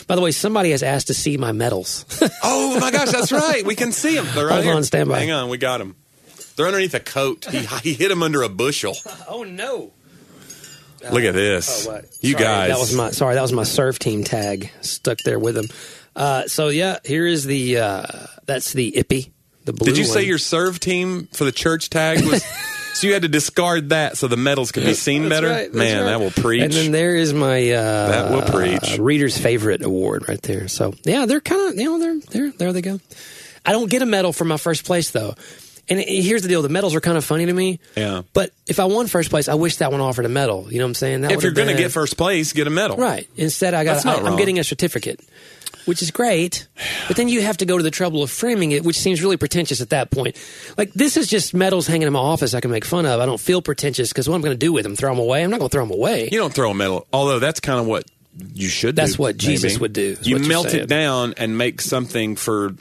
Speaker 1: By the way, somebody has asked to see my medals.
Speaker 2: Oh my gosh, that's right. We can see them. They're right
Speaker 1: Hold on,
Speaker 2: here.
Speaker 1: stand by.
Speaker 2: Hang on, we got them. They're underneath a coat. He, he hit them under a bushel.
Speaker 1: oh, no.
Speaker 2: Look at this.
Speaker 1: Oh, Sorry,
Speaker 2: You guys.
Speaker 1: That was my, sorry, that was my surf team tag stuck there with them. Uh, so, yeah, here is the, uh, that's the Ippy, the blue
Speaker 2: Did you say
Speaker 1: one.
Speaker 2: your serve team for the church tag was? so you had to discard that so the medals could be seen
Speaker 1: That's
Speaker 2: better.
Speaker 1: right, that's
Speaker 2: Man,
Speaker 1: right.
Speaker 2: that will preach.
Speaker 1: And then there is my uh,
Speaker 2: That will preach.
Speaker 1: uh, reader's favorite award right there. So yeah, they're kind of you know they're they're there they go. I don't get a medal for my first place though. And it- here's the deal: the medals are kind of funny to me.
Speaker 2: Yeah.
Speaker 1: But if I won first place, I wish that one offered a medal. You know what I'm saying? That
Speaker 2: if
Speaker 1: would've
Speaker 2: you're going to
Speaker 1: been-
Speaker 2: get first place, get a medal.
Speaker 1: right, instead I got
Speaker 2: That's not
Speaker 1: I, I'm
Speaker 2: wrong.
Speaker 1: getting a certificate, which is great. But then you have to go to the trouble of framing it, which seems really pretentious at that point. Like this is just medals hanging in my office I can make fun of. I don't feel pretentious because what I'm going to do with them? Throw them away? I'm not going to throw them away.
Speaker 2: You don't throw a medal. Although that's kind of what you should.
Speaker 1: That's
Speaker 2: do,
Speaker 1: what Jesus
Speaker 2: maybe.
Speaker 1: would do, is
Speaker 2: You
Speaker 1: what you're
Speaker 2: melt
Speaker 1: saying.
Speaker 2: it down and make something for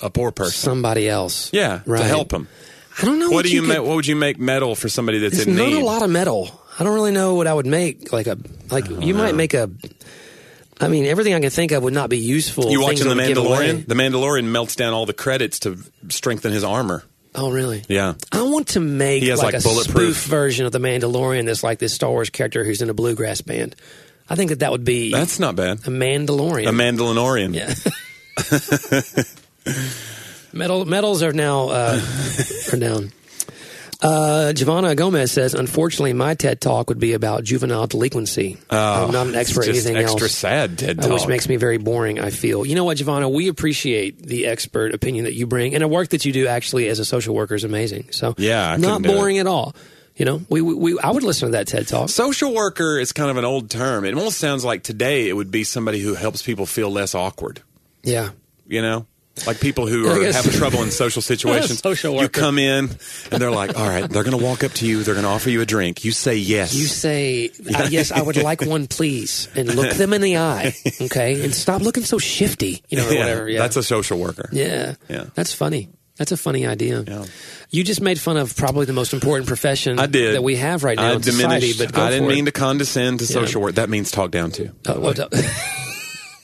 Speaker 2: a poor person.
Speaker 1: somebody else.
Speaker 2: Yeah, to help them.
Speaker 1: I don't know
Speaker 2: What, do you,
Speaker 1: could-
Speaker 2: make? What would you make medal for somebody that's
Speaker 1: It's
Speaker 2: in
Speaker 1: not
Speaker 2: need?
Speaker 1: a lot of metal. I don't really know what I would make. Like a like you might make a. I mean, everything I can think of would not be useful.
Speaker 2: you
Speaker 1: things
Speaker 2: watching The
Speaker 1: I would give away.
Speaker 2: Mandalorian? The Mandalorian melts down all the credits to strengthen his armor.
Speaker 1: Oh, really?
Speaker 2: Yeah.
Speaker 1: I want to make
Speaker 2: He has,
Speaker 1: like, a
Speaker 2: like, bulletproof-
Speaker 1: spoof version of the Mandalorian that's like this Star Wars character who's in a bluegrass band. I think that that would be
Speaker 2: That's not bad.
Speaker 1: a Mandalorian.
Speaker 2: A Mandalorian.
Speaker 1: Yeah. Metal, metals are now uh, are down. Uh, Giovanna Gomez says, unfortunately, my TED talk would be about juvenile delinquency. I'm not an expert
Speaker 2: It's
Speaker 1: at
Speaker 2: Oh, just
Speaker 1: anything
Speaker 2: extra
Speaker 1: else,
Speaker 2: sad TED
Speaker 1: uh,
Speaker 2: Talk.
Speaker 1: which makes me very boring. I feel. You know what, Giovanna? We appreciate the expert opinion that you bring, and the work that you do actually as a social worker is amazing. So,
Speaker 2: Yeah, I
Speaker 1: not
Speaker 2: couldn't do
Speaker 1: boring at all. You know, we, we, we I would listen to that TED talk.
Speaker 2: Social worker is kind of an old term. It almost sounds like today it would be somebody who helps people feel less awkward.
Speaker 1: yeah,
Speaker 2: You know, like people who
Speaker 1: I
Speaker 2: are
Speaker 1: guess-
Speaker 2: having trouble in social situations.
Speaker 1: Social
Speaker 2: You
Speaker 1: worker.
Speaker 2: come in and they're like, "All right, they're going to walk up to you. They're going to offer you a drink. You say yes.
Speaker 1: You say, uh, yes, I would like one, please. And look them in the eye, okay? And stop looking so shifty, you know, or
Speaker 2: Yeah,
Speaker 1: whatever. Yeah.
Speaker 2: That's a social worker.
Speaker 1: yeah.
Speaker 2: Yeah.
Speaker 1: That's funny. That's a funny idea.
Speaker 2: Yeah.
Speaker 1: You just made fun of probably the most important profession
Speaker 2: I did.
Speaker 1: that we have right now
Speaker 2: I
Speaker 1: in society,
Speaker 2: diminished-
Speaker 1: but go
Speaker 2: I didn't
Speaker 1: for
Speaker 2: mean
Speaker 1: it.
Speaker 2: to condescend to social work. That means talk down to.
Speaker 1: Uh,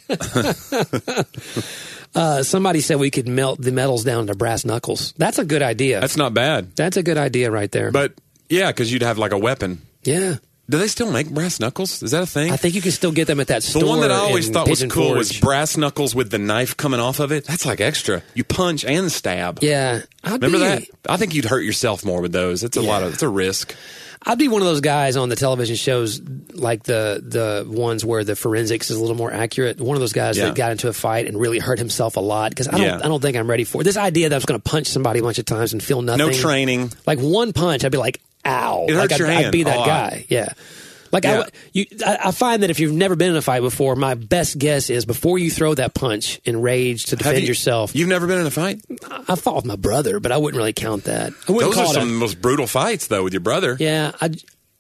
Speaker 1: what- uh, somebody said we could melt the metals down to brass knuckles. That's a good idea.
Speaker 2: That's not bad.
Speaker 1: That's a good idea right there.
Speaker 2: But yeah, because you'd have like a weapon.
Speaker 1: yeah.
Speaker 2: Do they still make brass knuckles? Is that a thing?
Speaker 1: I think you can still get them at that
Speaker 2: the
Speaker 1: store.
Speaker 2: one that I always
Speaker 1: in
Speaker 2: thought was
Speaker 1: Pigeon
Speaker 2: cool
Speaker 1: Forge.
Speaker 2: was brass knuckles with the knife coming off of it. That's like extra. You punch and stab.
Speaker 1: yeah. I'd
Speaker 2: Remember
Speaker 1: be,
Speaker 2: that? I think you'd hurt yourself more with those. It's a lot of it's a risk.
Speaker 1: I'd be one of those guys on the television shows, like the the ones where the forensics is a little more accurate. One of those guys
Speaker 2: Yeah.
Speaker 1: that got into a fight and really hurt himself a lot because I don't
Speaker 2: Yeah.
Speaker 1: I don't think I'm ready for it. this idea that I was going to punch somebody a bunch of times and feel nothing.
Speaker 2: No training.
Speaker 1: Like one punch, I'd be like, "Ow!"
Speaker 2: It
Speaker 1: like
Speaker 2: hurts
Speaker 1: I'd,
Speaker 2: your
Speaker 1: I'd
Speaker 2: hand
Speaker 1: be
Speaker 2: a
Speaker 1: that
Speaker 2: lot.
Speaker 1: guy. Yeah. Like I
Speaker 2: Yeah.
Speaker 1: w you, I, I find that if you've never been in a fight before, my best guess is before you throw that punch in rage to
Speaker 2: Have
Speaker 1: defend
Speaker 2: you-
Speaker 1: yourself.
Speaker 2: You've never been in a fight?
Speaker 1: I, I fought with my brother, but I wouldn't really count that. I wouldn't
Speaker 2: Those are
Speaker 1: call it
Speaker 2: some
Speaker 1: a-
Speaker 2: of the most brutal fights though with your brother.
Speaker 1: yeah, I,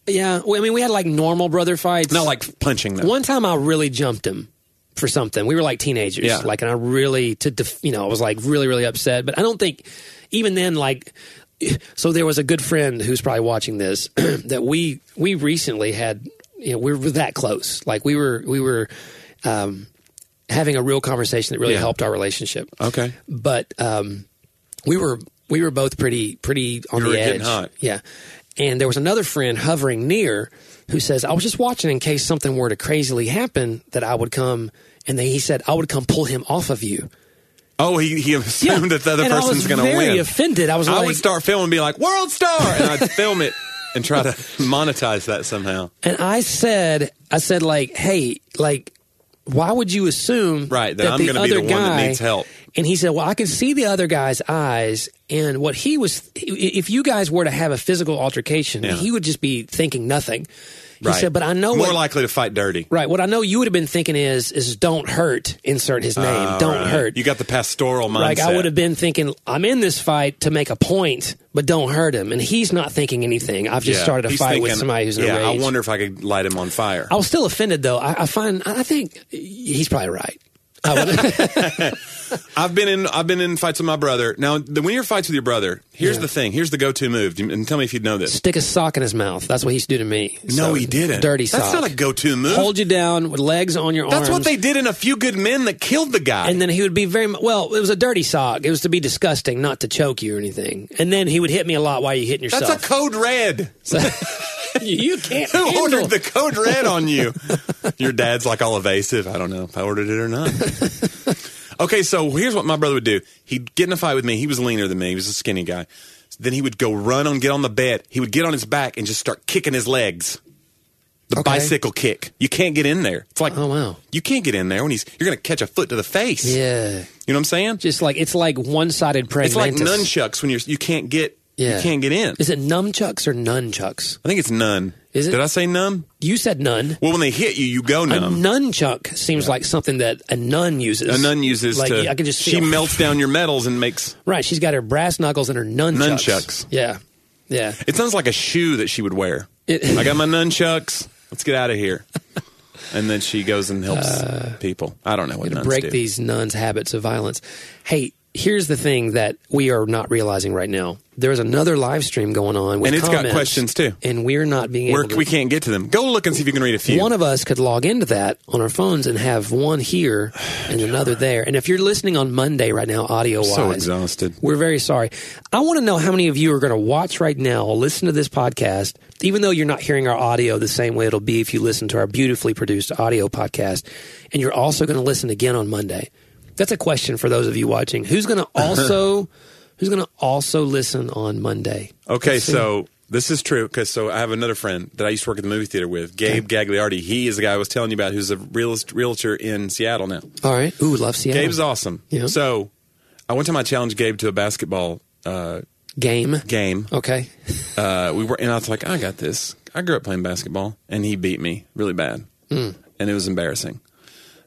Speaker 1: yeah. Well, I mean, we had like normal brother fights.
Speaker 2: Not like punching them.
Speaker 1: one time I really jumped him for something. We were like teenagers,
Speaker 2: Yeah.
Speaker 1: like, and I really to def- you know I was like really really upset. But I don't think even then like. So there was a good friend who's probably watching this that we we recently had you know we were that close like we were we were um, having a real conversation that really
Speaker 2: Yeah. Uh,
Speaker 1: helped our relationship
Speaker 2: Okay.
Speaker 1: but um, we were we were both pretty pretty on
Speaker 2: You were
Speaker 1: the edge.
Speaker 2: getting hot.
Speaker 1: Yeah, and there was another friend hovering near who says, "I was just watching in case something were to crazily happen that I would come." And then he said, "I would come pull him off of you."
Speaker 2: Oh, he, he assumed that the other
Speaker 1: and I
Speaker 2: person's
Speaker 1: was
Speaker 2: going to
Speaker 1: very
Speaker 2: win.
Speaker 1: Offended, I was
Speaker 2: I
Speaker 1: like,
Speaker 2: would start filming and be like, world star! And I'd film it and try to monetize that somehow.
Speaker 1: and I said, I said, like, hey, like. Why would you assume
Speaker 2: Right, that I'm
Speaker 1: the
Speaker 2: gonna be
Speaker 1: other
Speaker 2: the one that
Speaker 1: guy-
Speaker 2: needs help.
Speaker 1: And he said, "Well, I can see the other guy's eyes, and what he was. If you guys were to have a physical altercation,
Speaker 2: Yeah.
Speaker 1: he would just be thinking nothing." He
Speaker 2: Right.
Speaker 1: said, "But I know
Speaker 2: More
Speaker 1: what,
Speaker 2: likely to fight dirty.
Speaker 1: right. What I know you would have been thinking is is don't hurt. Insert his name. don't
Speaker 2: Ah, Right.
Speaker 1: hurt.
Speaker 2: You got the pastoral mindset.
Speaker 1: like I would have been thinking I'm in this fight to make a point, but don't hurt him. And he's not thinking anything. I've just
Speaker 2: Yeah.
Speaker 1: started a
Speaker 2: He's
Speaker 1: fight with
Speaker 2: thinking,
Speaker 1: somebody who's in
Speaker 2: yeah,
Speaker 1: a rage.
Speaker 2: I wonder if I could light him on fire.
Speaker 1: I was still offended though. I, I find I think he's probably right. I would,
Speaker 2: I've been in I've been in fights with my brother. Now, the, when you're in fights with your brother, here's
Speaker 1: Yeah.
Speaker 2: the thing. Here's the go-to move. And tell me if you'd know this.
Speaker 1: stick a sock in his mouth. That's what he used to do to me.
Speaker 2: No,
Speaker 1: So,
Speaker 2: he didn't.
Speaker 1: Dirty sock.
Speaker 2: That's not a go-to move.
Speaker 1: Hold you down with legs on your
Speaker 2: That's
Speaker 1: arms.
Speaker 2: what they did in A Few Good Men that killed the guy.
Speaker 1: And then he would be very mu- well. It was a dirty sock. It was to be disgusting, not to choke you or anything. And then he would hit me a lot while you hitting
Speaker 2: That's
Speaker 1: yourself.
Speaker 2: a code red.
Speaker 1: you can't.
Speaker 2: Who
Speaker 1: handle-
Speaker 2: ordered the code red on you? Your dad's like all evasive. I don't know if I ordered it or not. okay, so here's what my brother would do. He'd get in a fight with me. He was leaner than me. He was a skinny guy. Then he would go run on, get on the bed. He would get on his back and just start kicking his legs. The
Speaker 1: Okay.
Speaker 2: bicycle kick. You can't get in there. It's like
Speaker 1: Oh, wow.
Speaker 2: You can't get in there when he's you're gonna catch a foot to the face.
Speaker 1: Yeah,
Speaker 2: You know what I'm saying?
Speaker 1: just like it's like one-sided praying
Speaker 2: It's like
Speaker 1: mantis.
Speaker 2: nunchucks when you're you can't get
Speaker 1: Yeah.
Speaker 2: you can't get in.
Speaker 1: Is it nunchucks or nunchucks?
Speaker 2: I think it's none.
Speaker 1: Is it?
Speaker 2: Did I say numb?
Speaker 1: You said nun.
Speaker 2: Well, when they hit you, you go
Speaker 1: A
Speaker 2: numb.
Speaker 1: nunchuck seems like something that a nun uses.
Speaker 2: A nun uses
Speaker 1: like,
Speaker 2: to.
Speaker 1: I can just
Speaker 2: she
Speaker 1: feel-
Speaker 2: melts down your metals and makes.
Speaker 1: Right, she's got her brass knuckles and her nunchucks.
Speaker 2: Nunchucks.
Speaker 1: Yeah, yeah.
Speaker 2: It sounds like a shoe that she would wear.
Speaker 1: It-
Speaker 2: I got my nunchucks. Let's get out of here. And then she goes and helps people. I don't know what nuns
Speaker 1: Uh, break
Speaker 2: do.
Speaker 1: these nuns' habits of violence. Hey, here's the thing that we are not realizing right now. There is another live stream going on, with
Speaker 2: And it's got
Speaker 1: comments,
Speaker 2: questions, too.
Speaker 1: and we're not being
Speaker 2: We're,
Speaker 1: able. To,
Speaker 2: we can't get to them. Go look and see if you can read a few.
Speaker 1: one of us could log into that on our phones and have one here and another there. And if you're listening on Monday right now, audio wise,
Speaker 2: so exhausted.
Speaker 1: we're very sorry. I want to know how many of you are going to watch right now, listen to this podcast, even though you're not hearing our audio the same way it'll be if you listen to our beautifully produced audio podcast, and you're also going to listen again on Monday. That's a question for those of you watching. Who's going to also who's going to also listen on Monday?
Speaker 2: Okay, so this is true because so I have another friend that I used to work at the movie theater with, Gabe Gagliardi. He is the guy I was telling you about, who's a realist, realtor in Seattle now.
Speaker 1: All right. Ooh, love Seattle.
Speaker 2: Gabe's awesome.
Speaker 1: Yeah.
Speaker 2: So I one time I challenged Gabe to a basketball uh,
Speaker 1: game.
Speaker 2: game.
Speaker 1: Okay.
Speaker 2: uh, we were, and I was like, I got this. I grew up playing basketball, and he beat me really bad,
Speaker 1: Hmm.
Speaker 2: and it was embarrassing.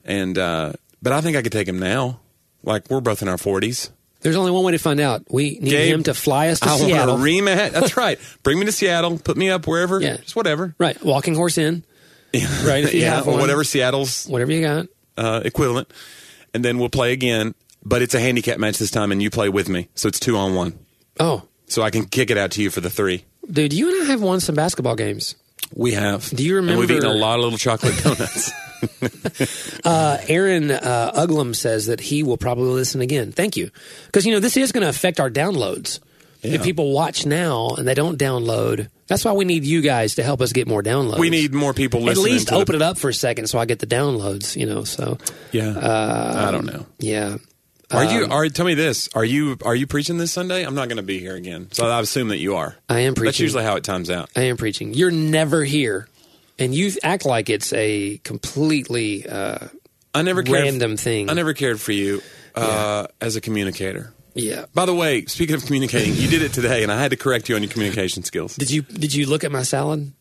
Speaker 2: And uh, but I think I could take him now. Like we're both in our forties.
Speaker 1: There's only one way to find out. We need
Speaker 2: Gabe,
Speaker 1: him to fly us to
Speaker 2: I want a
Speaker 1: Seattle.
Speaker 2: rematch. That's right. Bring me to Seattle. Put me up wherever.
Speaker 1: Yeah.
Speaker 2: Just whatever.
Speaker 1: right. Walking horse in. Right. if you
Speaker 2: Yeah,
Speaker 1: have
Speaker 2: or
Speaker 1: one.
Speaker 2: whatever Seattle's
Speaker 1: Whatever you got.
Speaker 2: uh, equivalent, and then we'll play again. But it's a handicap match this time, and you play with me, so it's two on one.
Speaker 1: Oh,
Speaker 2: So I can kick it out to you for the three.
Speaker 1: dude, you and I have won some basketball games.
Speaker 2: We have.
Speaker 1: Do you
Speaker 2: And we've eaten a
Speaker 1: remember-
Speaker 2: lot of little chocolate donuts.
Speaker 1: Aaron uh, Uglum says that he will probably listen again. Thank you. Because, you know, this is going to affect our downloads. that people watch now and they don't download. That's why we need you guys to help us get more downloads.
Speaker 2: We need more people
Speaker 1: at
Speaker 2: listening.
Speaker 1: least
Speaker 2: to
Speaker 1: open
Speaker 2: the,
Speaker 1: it up for a second so I get the downloads. You know, so
Speaker 2: Yeah,
Speaker 1: Uh,
Speaker 2: I don't know.
Speaker 1: yeah.
Speaker 2: Are you?
Speaker 1: um,
Speaker 2: Are tell me this? Are you? Are you preaching this Sunday? I'm not going to be here again, so I assume that you are.
Speaker 1: I am
Speaker 2: That's
Speaker 1: preaching.
Speaker 2: usually how it times out.
Speaker 1: I am preaching. You're never here, and you act like it's a completely uh,
Speaker 2: I never cared.
Speaker 1: random thing.
Speaker 2: I never cared for you uh, as a communicator.
Speaker 1: yeah.
Speaker 2: By the way, speaking of communicating, you did it today, and I had to correct you on your communication skills.
Speaker 1: Did you did you look at my salad?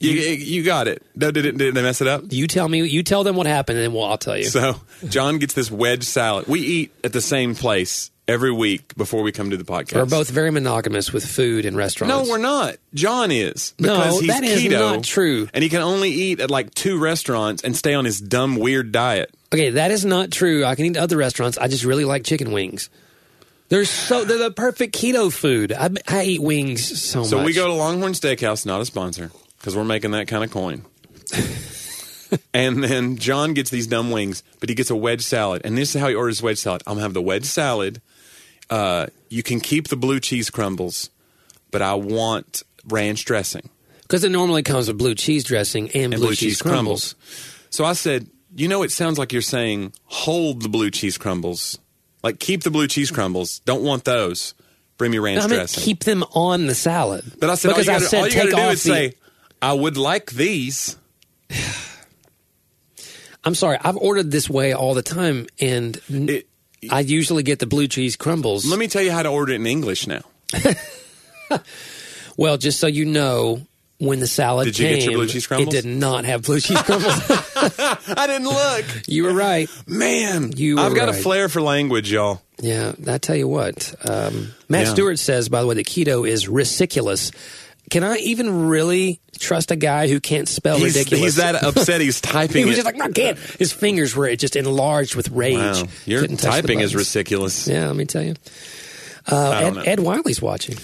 Speaker 2: You, you got it. No, did it? Did they mess it up?
Speaker 1: You tell me. You tell them what happened, and then well, I'll tell you.
Speaker 2: So John gets this wedge salad. We eat at the same place every week before we come to the podcast.
Speaker 1: We're both very monogamous with food and
Speaker 2: No,
Speaker 1: restaurants.
Speaker 2: we're not. John is
Speaker 1: No,
Speaker 2: because he's
Speaker 1: that is
Speaker 2: keto.
Speaker 1: not true.
Speaker 2: And he can only eat at like two restaurants and stay on his dumb weird diet.
Speaker 1: Okay, that is not true. I can eat at other restaurants. I just really like chicken wings. They're so they're the perfect keto food. I, I eat wings so,
Speaker 2: So
Speaker 1: much.
Speaker 2: we go to Longhorn Steakhouse, not a sponsor, because we're making that kind of coin. and then John gets these dumb wings, but he gets a wedge salad. And this is how he orders wedge salad. I'm gonna have the wedge salad. Uh, you can keep the blue cheese crumbles, but I want ranch dressing.
Speaker 1: because it normally comes with blue cheese dressing and, blue, cheese, crumbles.
Speaker 2: So I said, you know, it sounds like you're saying hold the blue cheese crumbles, like keep the blue cheese crumbles. Don't want those. Bring me ranch
Speaker 1: I meant
Speaker 2: dressing.
Speaker 1: keep them on the salad.
Speaker 2: but I said,
Speaker 1: because
Speaker 2: all you gotta,
Speaker 1: said
Speaker 2: all you
Speaker 1: take
Speaker 2: gotta do
Speaker 1: off
Speaker 2: is
Speaker 1: the,
Speaker 2: say, I would like these.
Speaker 1: I'm sorry, I've ordered this way all the time, and n-
Speaker 2: It,
Speaker 1: I usually get the blue cheese crumbles.
Speaker 2: let me tell you how to order it in English now.
Speaker 1: well, just so you know, when the salad
Speaker 2: Did you get your
Speaker 1: came,
Speaker 2: blue cheese crumbles?
Speaker 1: It did not have blue cheese crumbles.
Speaker 2: I didn't look.
Speaker 1: you were right.
Speaker 2: Man,
Speaker 1: You were
Speaker 2: I've got a
Speaker 1: right.
Speaker 2: flair for language, y'all.
Speaker 1: Yeah, I tell you what. Um, Matt
Speaker 2: Yeah.
Speaker 1: Stewart says, by the way, that keto is ridiculous. Can I even really trust a guy who can't spell
Speaker 2: He's,
Speaker 1: ridiculous?
Speaker 2: he's that upset he's typing
Speaker 1: he was
Speaker 2: it.
Speaker 1: just like, no, I can't. His fingers were just enlarged with rage.
Speaker 2: wow, your
Speaker 1: Couldn't touch the
Speaker 2: typing is
Speaker 1: buttons.
Speaker 2: ridiculous.
Speaker 1: Yeah, let me tell you. Uh,
Speaker 2: I don't
Speaker 1: Ed,
Speaker 2: know.
Speaker 1: Ed Wiley's watching.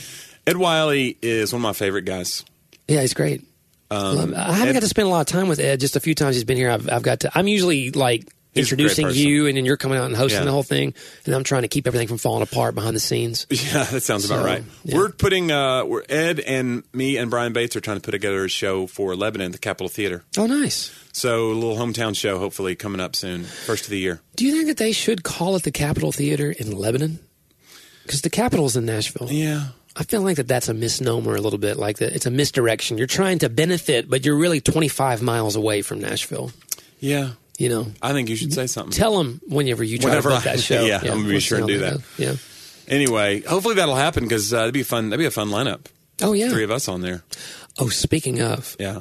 Speaker 2: Ed Wiley is one of my favorite guys.
Speaker 1: Yeah, he's great. Love- I haven't
Speaker 2: Um, Ed-
Speaker 1: got to spend a lot of time with Ed. Just a few times he's been here, I've, I've got to. I'm usually like
Speaker 2: He's a great
Speaker 1: introducing
Speaker 2: person.
Speaker 1: you, and then you're coming out and hosting
Speaker 2: Yeah.
Speaker 1: the whole thing, and I'm trying to keep everything from falling apart behind the scenes.
Speaker 2: Yeah, that sounds about
Speaker 1: So,
Speaker 2: right.
Speaker 1: yeah.
Speaker 2: We're putting uh, we're Ed and me and Brian Bates are trying to put together a show for Lebanon, the Capitol Theater.
Speaker 1: Oh, nice.
Speaker 2: So a little hometown show, hopefully coming up soon, first of the year.
Speaker 1: Do you think that they should call it the Capitol Theater in Lebanon? Because the Capitol's in Nashville.
Speaker 2: Yeah,
Speaker 1: I feel like that that's a misnomer a little bit. Like that it's a misdirection. You're trying to benefit, but you're really 25 miles away from Nashville.
Speaker 2: yeah.
Speaker 1: You know,
Speaker 2: I think you should say something.
Speaker 1: tell them whenever you try
Speaker 2: Whenever
Speaker 1: to
Speaker 2: I-
Speaker 1: book that show.
Speaker 2: yeah, I'm gonna be
Speaker 1: we'll
Speaker 2: sure
Speaker 1: see
Speaker 2: to
Speaker 1: how
Speaker 2: do
Speaker 1: that
Speaker 2: that.
Speaker 1: goes. Yeah.
Speaker 2: anyway, hopefully that'll happen because uh, that'd be fun. That'd be a fun lineup.
Speaker 1: Oh yeah.
Speaker 2: Three of us on there.
Speaker 1: Oh, speaking of,
Speaker 2: Yeah,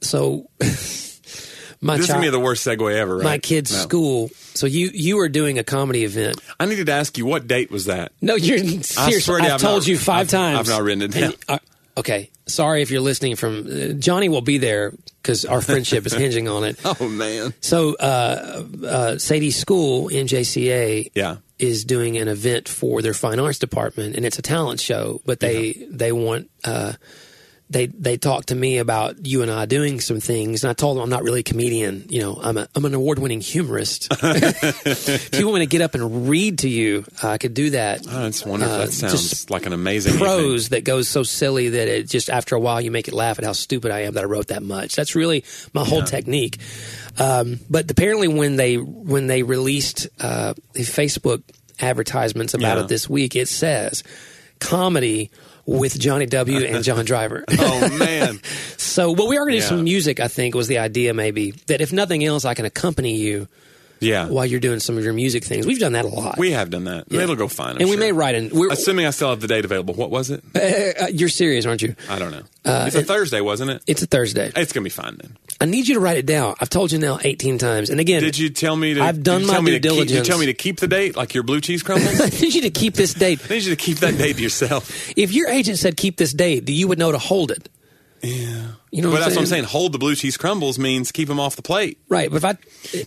Speaker 1: so my
Speaker 2: this is gonna be
Speaker 1: child,
Speaker 2: the worst segue ever. Right?
Speaker 1: my kid's
Speaker 2: No.
Speaker 1: school. So you you are doing a comedy event.
Speaker 2: I needed to ask you what date was that?
Speaker 1: No, you're serious.
Speaker 2: I
Speaker 1: I've
Speaker 2: swear to you, I've
Speaker 1: told
Speaker 2: not-
Speaker 1: you 5
Speaker 2: I've-
Speaker 1: times.
Speaker 2: I've not written it
Speaker 1: And-
Speaker 2: down.
Speaker 1: uh, okay, sorry if you're listening from uh, Johnny will be there because our friendship is hinging on it.
Speaker 2: Oh man.
Speaker 1: So uh, uh, Sadie's school, NJCA,
Speaker 2: Yeah.
Speaker 1: is doing an event for their fine arts department, and it's a talent show. But they they want uh, they they talked to me about you and I doing some things, and I told them I'm not really a comedian. You know, I'm a, I'm an award winning humorist. if you want me to get up and read to you, I could do that.
Speaker 2: Oh, that's wonderful.
Speaker 1: Uh,
Speaker 2: that
Speaker 1: just
Speaker 2: sounds like an amazing evening.
Speaker 1: prose that goes so silly that it just after a while you make it laugh at how stupid I am that I wrote that much. That's really my whole technique. Um, but apparently, when they when they released uh, the Facebook advertisements about
Speaker 2: Yeah.
Speaker 1: it this week, it says comedy with Johnny W and John Driver.
Speaker 2: Oh man.
Speaker 1: so, well, we are going to do
Speaker 2: Yeah.
Speaker 1: some music. I think was the idea maybe that if nothing else, I can accompany you
Speaker 2: Yeah.
Speaker 1: while you're doing some of your music things. We've done that a lot.
Speaker 2: We have done that. It'll go fine. I'm
Speaker 1: and we
Speaker 2: sure.
Speaker 1: may write in. We're,
Speaker 2: Assuming I still have the date available. What was it?
Speaker 1: uh, you're serious, aren't you?
Speaker 2: I don't know.
Speaker 1: Uh,
Speaker 2: it's a Thursday, wasn't it?
Speaker 1: It's a Thursday.
Speaker 2: It's gonna be fine then.
Speaker 1: I need you to write it down. I've told you now 18 times. And again,
Speaker 2: Did you tell me to?
Speaker 1: I've done
Speaker 2: did you tell
Speaker 1: my
Speaker 2: me
Speaker 1: due
Speaker 2: to Keep, did you
Speaker 1: diligence.
Speaker 2: tell me to keep the date, like your blue cheese crumbles. I
Speaker 1: I need you to keep this date.
Speaker 2: need you to keep that date to yourself.
Speaker 1: If your agent said keep this date, you would know to hold it. Yeah. You know what,
Speaker 2: But that's what I'm saying. Hold the blue cheese crumbles means keep them off the plate.
Speaker 1: Right. But if I,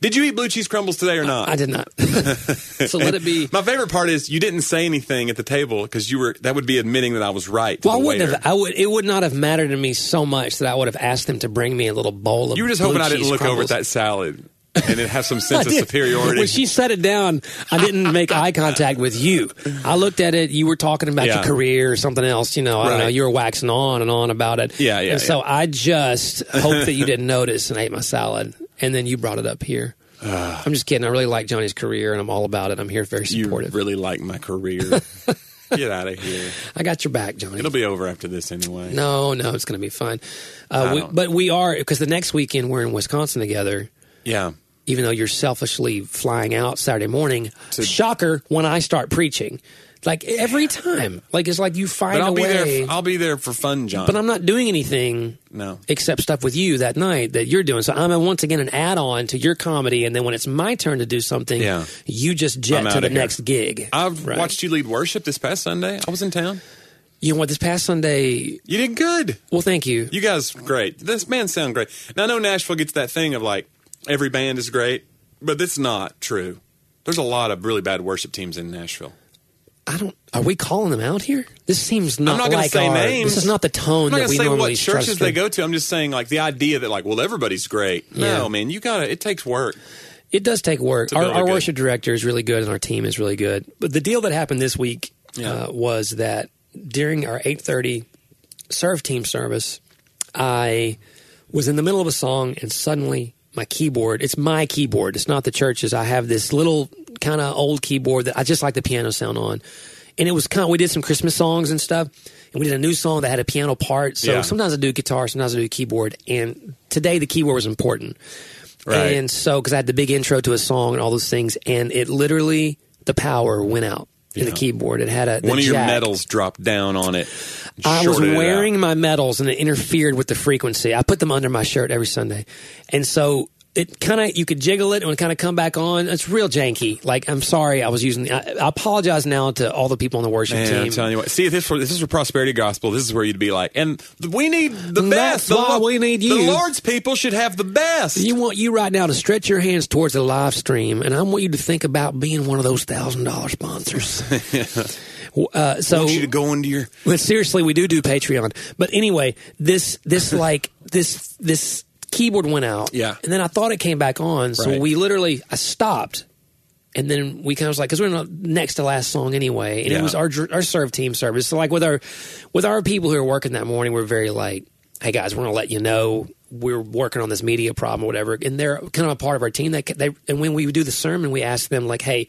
Speaker 2: Did you eat blue cheese crumbles today or not?
Speaker 1: I did not. so let it be.
Speaker 2: My favorite part is you didn't say anything at the table because you were that would be admitting that I was right. To
Speaker 1: Well, I
Speaker 2: the
Speaker 1: wouldn't
Speaker 2: waiter.
Speaker 1: have. I would. It would not have mattered to me so much that I would have asked them to bring me a little bowl of.
Speaker 2: You were just
Speaker 1: blue
Speaker 2: hoping I didn't
Speaker 1: cheese
Speaker 2: look over at
Speaker 1: crumbles.
Speaker 2: that salad. and it have some sense
Speaker 1: I
Speaker 2: of
Speaker 1: did.
Speaker 2: superiority.
Speaker 1: When she set it down, I didn't make eye contact with you. I looked at it. You were talking about
Speaker 2: Yeah.
Speaker 1: your career or something else. You know, I don't know.
Speaker 2: Right.
Speaker 1: You were waxing on and on about it.
Speaker 2: Yeah, yeah,
Speaker 1: And so
Speaker 2: yeah.
Speaker 1: I just hoped that you didn't notice and ate my salad, and then you brought it up here. I'm just kidding. I really like Johnny's career, and I'm all about it. I'm here very
Speaker 2: Ah. you
Speaker 1: supportive.
Speaker 2: really like my career. Get out of here.
Speaker 1: I got your back, Johnny.
Speaker 2: It'll be over after this anyway.
Speaker 1: no, no, it's going to be fun. Uh,
Speaker 2: I
Speaker 1: we,
Speaker 2: don't-
Speaker 1: but we are because the next weekend we're in Wisconsin together.
Speaker 2: Yeah.
Speaker 1: even though you're selfishly flying out Saturday morning. shocker when I start preaching. Like every time. Like it's like you find
Speaker 2: But I'll
Speaker 1: a
Speaker 2: be
Speaker 1: way.
Speaker 2: there. I'll be there for fun, John.
Speaker 1: but I'm not doing anything
Speaker 2: no.
Speaker 1: except stuff with you that night that you're doing. So I'm a, once again an add on to your comedy. And then when it's my turn to do something,
Speaker 2: Yeah.
Speaker 1: you just
Speaker 2: I'm
Speaker 1: jet to
Speaker 2: outta
Speaker 1: the
Speaker 2: here.
Speaker 1: next gig.
Speaker 2: I've
Speaker 1: Right.
Speaker 2: watched you lead worship this past Sunday. I was in town.
Speaker 1: You know what? This past Sunday,
Speaker 2: You did good.
Speaker 1: well, thank you.
Speaker 2: You guys, great. This band sound great. Now I know Nashville gets that thing of like every band is great, but that's not true. There's a lot of really bad worship teams in Nashville.
Speaker 1: I don't. Are we calling them out here? This seems not,
Speaker 2: I'm not going
Speaker 1: like
Speaker 2: to say
Speaker 1: our,
Speaker 2: names.
Speaker 1: This is not the tone
Speaker 2: I'm not
Speaker 1: that
Speaker 2: gonna
Speaker 1: we
Speaker 2: say
Speaker 1: normally
Speaker 2: what churches
Speaker 1: trust
Speaker 2: they
Speaker 1: in.
Speaker 2: go to. I'm just saying like the idea that like well everybody's great.
Speaker 1: Yeah.
Speaker 2: No man, you gotta. It takes work.
Speaker 1: It does take work.
Speaker 2: To
Speaker 1: Our,
Speaker 2: build a
Speaker 1: our
Speaker 2: good-
Speaker 1: worship director is really good, and our team is really good. But the deal that happened this week
Speaker 2: Yeah.
Speaker 1: uh, was that during our eight thirty serve team service, I was in the middle of a song, and suddenly my keyboard—it's my keyboard. It's not the church's. I have this little kind of old keyboard that I just like the piano sound on. And it was kind of, we did some Christmas songs and stuff, and we did a new song that had a piano part. So
Speaker 2: Yeah.
Speaker 1: sometimes I do guitar, sometimes I do keyboard. And today the keyboard was important.
Speaker 2: Right.
Speaker 1: And so, because I had the big intro to a song and all those things, and it literally, the power went out in the
Speaker 2: Yeah.
Speaker 1: keyboard. It had a the
Speaker 2: One of your
Speaker 1: jack.
Speaker 2: medals dropped down on it.
Speaker 1: I was
Speaker 2: shorted it out.
Speaker 1: wearing my medals, and it interfered with the frequency. I put them under my shirt every Sunday, and so it kind of you could jiggle it and it kind of come back on. It's real janky. Like I'm sorry, I was using. I, I apologize now to all the people on the worship
Speaker 2: Man,
Speaker 1: team.
Speaker 2: I'm telling you what. See, if this were if this were prosperity gospel, this is where you'd be like, and th- we need the
Speaker 1: And that's
Speaker 2: best. The
Speaker 1: why we need you.
Speaker 2: The Lord's people should have the best.
Speaker 1: You want you right now to stretch your hands towards the live stream, and I want you to think about being one of those thousand dollar sponsors. uh, so
Speaker 2: I want you to go into your
Speaker 1: But seriously, we do do Patreon. But anyway, this this like this this keyboard went out.
Speaker 2: Yeah.
Speaker 1: And then I thought it came back on, so
Speaker 2: Right.
Speaker 1: we literally I stopped, and then we kind of was like because we're in the next to last song anyway, and it
Speaker 2: Yeah.
Speaker 1: was our dr- our serve team service. So like with our with our people who are working that morning, we're very like, hey guys, we're gonna let you know. We're working on this media problem or whatever, and they're kind of a part of our team. That c- they and when we do the sermon, we ask them like, "Hey,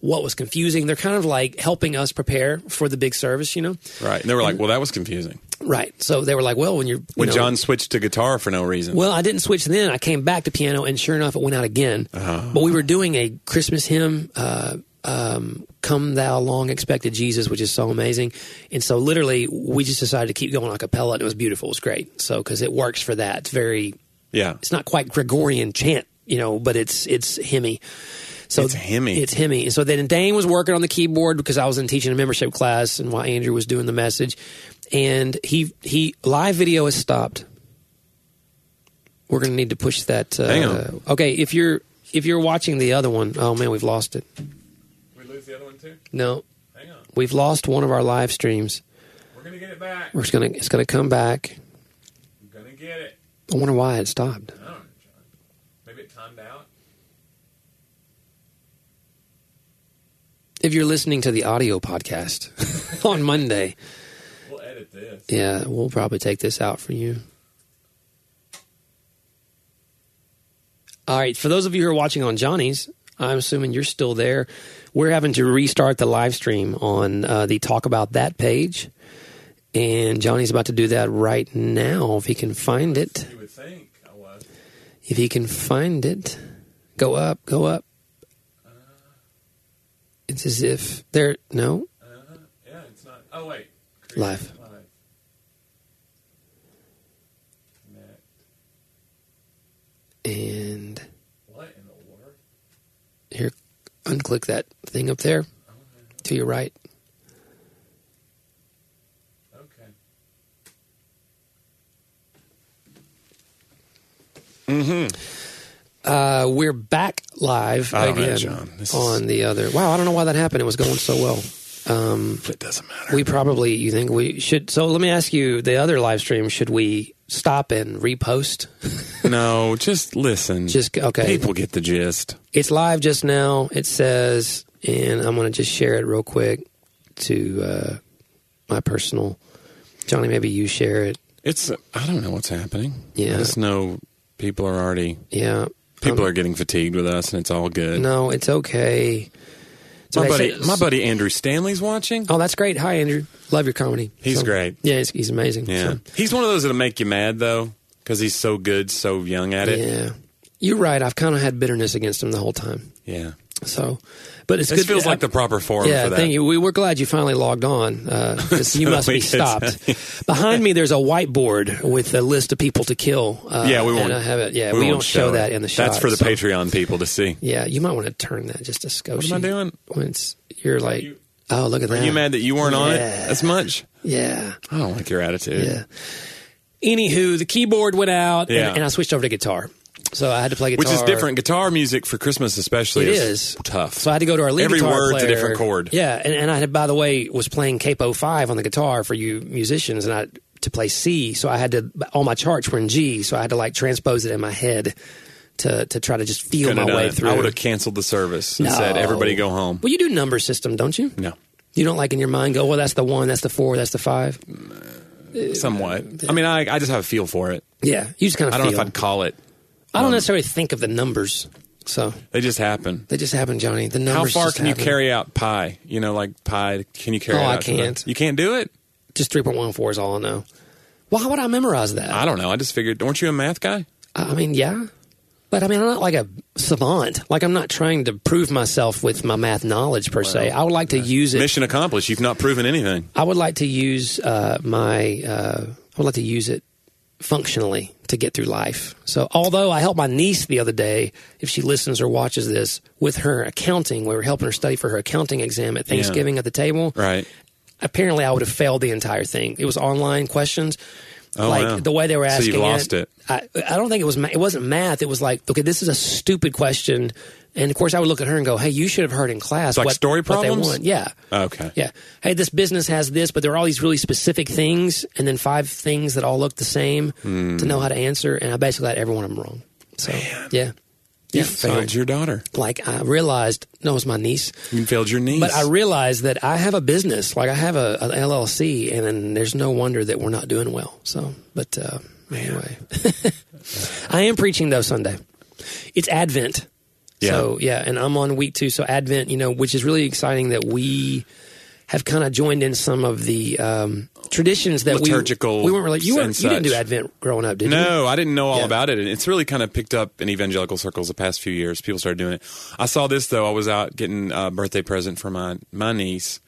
Speaker 1: what was confusing?" They're kind of like helping us prepare for the big service, you know?
Speaker 2: right. And they were like, well, that was confusing
Speaker 1: Right. So they were like, well, when you're. You
Speaker 2: when
Speaker 1: know-
Speaker 2: John switched to guitar for no reason.
Speaker 1: Well, I didn't switch then. I came back to piano, and sure enough, it went out again.
Speaker 2: Uh-huh.
Speaker 1: But we were doing a Christmas hymn, uh, um, Come Thou Long Expected Jesus, which is so amazing. And so literally, we just decided to keep going a cappella, and it was beautiful. It was great. So, because it works for that. It's very.
Speaker 2: yeah,
Speaker 1: It's not quite Gregorian chant, you know, but it's it's hymny. So
Speaker 2: It's hymny.
Speaker 1: It's hymny. And so then Dane was working on the keyboard because I was in teaching a membership class, and while Andrew was doing the message, and he he live video has stopped. We're going to need to push that. Uh,
Speaker 2: Hang on.
Speaker 1: Okay, if you're if you're watching the other one, oh man, we've lost it.
Speaker 2: we lose the other one too.
Speaker 1: No,
Speaker 2: Hang on,
Speaker 1: we've lost one of our live streams.
Speaker 2: we're gonna get it back.
Speaker 1: We're just gonna it's gonna come back.
Speaker 2: We're gonna get it.
Speaker 1: I wonder why it stopped.
Speaker 2: I don't know, John. Maybe it timed out.
Speaker 1: If you're listening to the audio podcast on Monday,
Speaker 2: We'll edit this.
Speaker 1: yeah, we'll probably take this out for you. All right, for those of you who are watching on Johnny's, I'm assuming you're still there. We're having to restart the live stream on uh, the Talk About That page. And Johnny's about to do that right now if he can find it.
Speaker 2: You would think I was.
Speaker 1: If he can find it, go up, go up. It's as if there, no,
Speaker 2: Uh-huh. Yeah, it's not. Oh wait,
Speaker 1: live.
Speaker 2: live. Connect.
Speaker 1: And
Speaker 2: What in the world?
Speaker 1: here, unclick that thing up there to your right.
Speaker 2: Okay.
Speaker 1: Uh, we're back live
Speaker 2: I don't know,
Speaker 1: again
Speaker 2: John. This is-
Speaker 1: on the other. Wow, I don't know why that happened. It was going so well. Um,
Speaker 2: It doesn't matter.
Speaker 1: we probably, you think we should. So let me ask you the other live stream, should we stop and repost?
Speaker 2: No, just listen.
Speaker 1: Just- okay.
Speaker 2: People get the gist.
Speaker 1: It's live just now. It says, and I'm going to just share it real quick to uh, my personal. Johnny, maybe you share it.
Speaker 2: It's I don't know what's happening.
Speaker 1: Yeah.
Speaker 2: I just know people are already
Speaker 1: Yeah.
Speaker 2: people
Speaker 1: Um,
Speaker 2: are getting fatigued with us, and it's all good.
Speaker 1: No, it's okay. It's
Speaker 2: my
Speaker 1: okay.
Speaker 2: buddy,
Speaker 1: So-
Speaker 2: my buddy Andrew Stanley's watching.
Speaker 1: Oh, that's great. Hi, Andrew. Love your comedy.
Speaker 2: He's great.
Speaker 1: Yeah, he's, he's amazing.
Speaker 2: yeah,
Speaker 1: So,
Speaker 2: he's one of those that'll make you mad though, because he's so good, so young at it.
Speaker 1: yeah. You're right. I've kind of had bitterness against him the whole time.
Speaker 2: Yeah,
Speaker 1: So, but it's
Speaker 2: this
Speaker 1: good.
Speaker 2: feels
Speaker 1: I-
Speaker 2: like the proper forum
Speaker 1: yeah,
Speaker 2: for that.
Speaker 1: thank you. We were glad you finally logged on. Uh, 'cause you must
Speaker 2: we
Speaker 1: be
Speaker 2: could-
Speaker 1: stopped. Behind me, there's a whiteboard with a list of people to kill. Uh,
Speaker 2: Yeah, we
Speaker 1: and
Speaker 2: won't.
Speaker 1: I have it. Yeah,
Speaker 2: we
Speaker 1: we,
Speaker 2: won't
Speaker 1: don't show
Speaker 2: it.
Speaker 1: that in the show.
Speaker 2: That's for the Patreon people to see.
Speaker 1: Yeah, you might want to turn that just a skosh.
Speaker 2: What am I doing?
Speaker 1: When it's, you're like, oh, look at that.
Speaker 2: Are you mad that you weren't on it
Speaker 1: Yeah.
Speaker 2: as much?
Speaker 1: Yeah.
Speaker 2: I don't like your attitude.
Speaker 1: Yeah. Anywho, the keyboard went out,
Speaker 2: Yeah.
Speaker 1: and, and I switched over to guitar. So I had to play guitar,
Speaker 2: Which is different. Guitar music for Christmas, especially,
Speaker 1: It is.
Speaker 2: tough.
Speaker 1: So I had to go to our lead
Speaker 2: Every
Speaker 1: guitar
Speaker 2: word's
Speaker 1: player.
Speaker 2: a different chord.
Speaker 1: Yeah, and, and I had, by the way, was playing capo five on the guitar for you musicians, and I to play C. So I had to all my charts were in G, so I had to like transpose it in my head to to try to just feel
Speaker 2: Couldn't
Speaker 1: my
Speaker 2: have done
Speaker 1: way
Speaker 2: it.
Speaker 1: through.
Speaker 2: I would have canceled the service and said,
Speaker 1: No.
Speaker 2: "Everybody go home."
Speaker 1: Well, you do number system, don't you?
Speaker 2: No,
Speaker 1: You don't like in your mind go, well, that's the one, that's the four, that's the five.
Speaker 2: somewhat. I mean, I, I just have a feel for it.
Speaker 1: Yeah, you just kind of.
Speaker 2: I don't
Speaker 1: feel.
Speaker 2: know if I'd call it.
Speaker 1: I
Speaker 2: Um,
Speaker 1: don't necessarily think of the numbers, so
Speaker 2: They just happen.
Speaker 1: they just happen, Johnny. The
Speaker 2: How
Speaker 1: numbers.
Speaker 2: far
Speaker 1: just
Speaker 2: can you
Speaker 1: happen.
Speaker 2: carry out pi? You know, like pi. Can you carry?
Speaker 1: Oh,
Speaker 2: it
Speaker 1: I
Speaker 2: out to the-
Speaker 1: can't.
Speaker 2: You can't do it.
Speaker 1: Just three point one four is all I know. Why would I memorize that?
Speaker 2: I don't know. I just figured. Weren't you a math guy?
Speaker 1: I mean, yeah. But I mean, I'm not like a savant. Like, I'm not trying to prove myself with my math knowledge per se. I would like to use it.
Speaker 2: Mission accomplished. You've not proven anything.
Speaker 1: I would like to use uh, my. Uh, I would like to use it functionally to get through life. So, although I helped my niece the other day, if she listens or watches this, with her accounting, we were helping her study for her accounting exam at Thanksgiving at the table
Speaker 2: Right.
Speaker 1: apparently I would have failed the entire thing. It was online questions.
Speaker 2: Oh,
Speaker 1: like
Speaker 2: wow.
Speaker 1: the way they were
Speaker 2: So
Speaker 1: asking
Speaker 2: you lost it.
Speaker 1: I, I don't think it was ma- it wasn't math. It was like, okay, this is a stupid question. And of course I would look at her and go, "Hey, you should have heard in class
Speaker 2: like
Speaker 1: what
Speaker 2: story
Speaker 1: what they
Speaker 2: problems?
Speaker 1: want." Yeah.
Speaker 2: Okay.
Speaker 1: Yeah. Hey, this business has this, but there are all these really specific things and then five things that all look the same
Speaker 2: Hmm.
Speaker 1: to know how to answer and I basically got every one of them wrong. So, yeah.
Speaker 2: You
Speaker 1: Yeah. so,
Speaker 2: failed your daughter.
Speaker 1: like I realized no, it was my niece.
Speaker 2: You failed your niece.
Speaker 1: But I realized that I have a business, like I have a, an LLC, and then there's no wonder that we're not doing well. So, but uh, anyway, I am preaching though Sunday. It's Advent, so yeah, and I'm on week two. So Advent, you know, which is really exciting that we have kind of joined in some of the um, traditions that
Speaker 2: Liturgical
Speaker 1: we we weren't really you,
Speaker 2: and
Speaker 1: weren't, you didn't do
Speaker 2: such.
Speaker 1: Advent growing up, did you?
Speaker 2: No, I didn't know all
Speaker 1: Yeah.
Speaker 2: about it. And it's really kind of picked up in evangelical circles the past few years. People started doing it. I saw this, though. I was out getting a birthday present for my, my niece,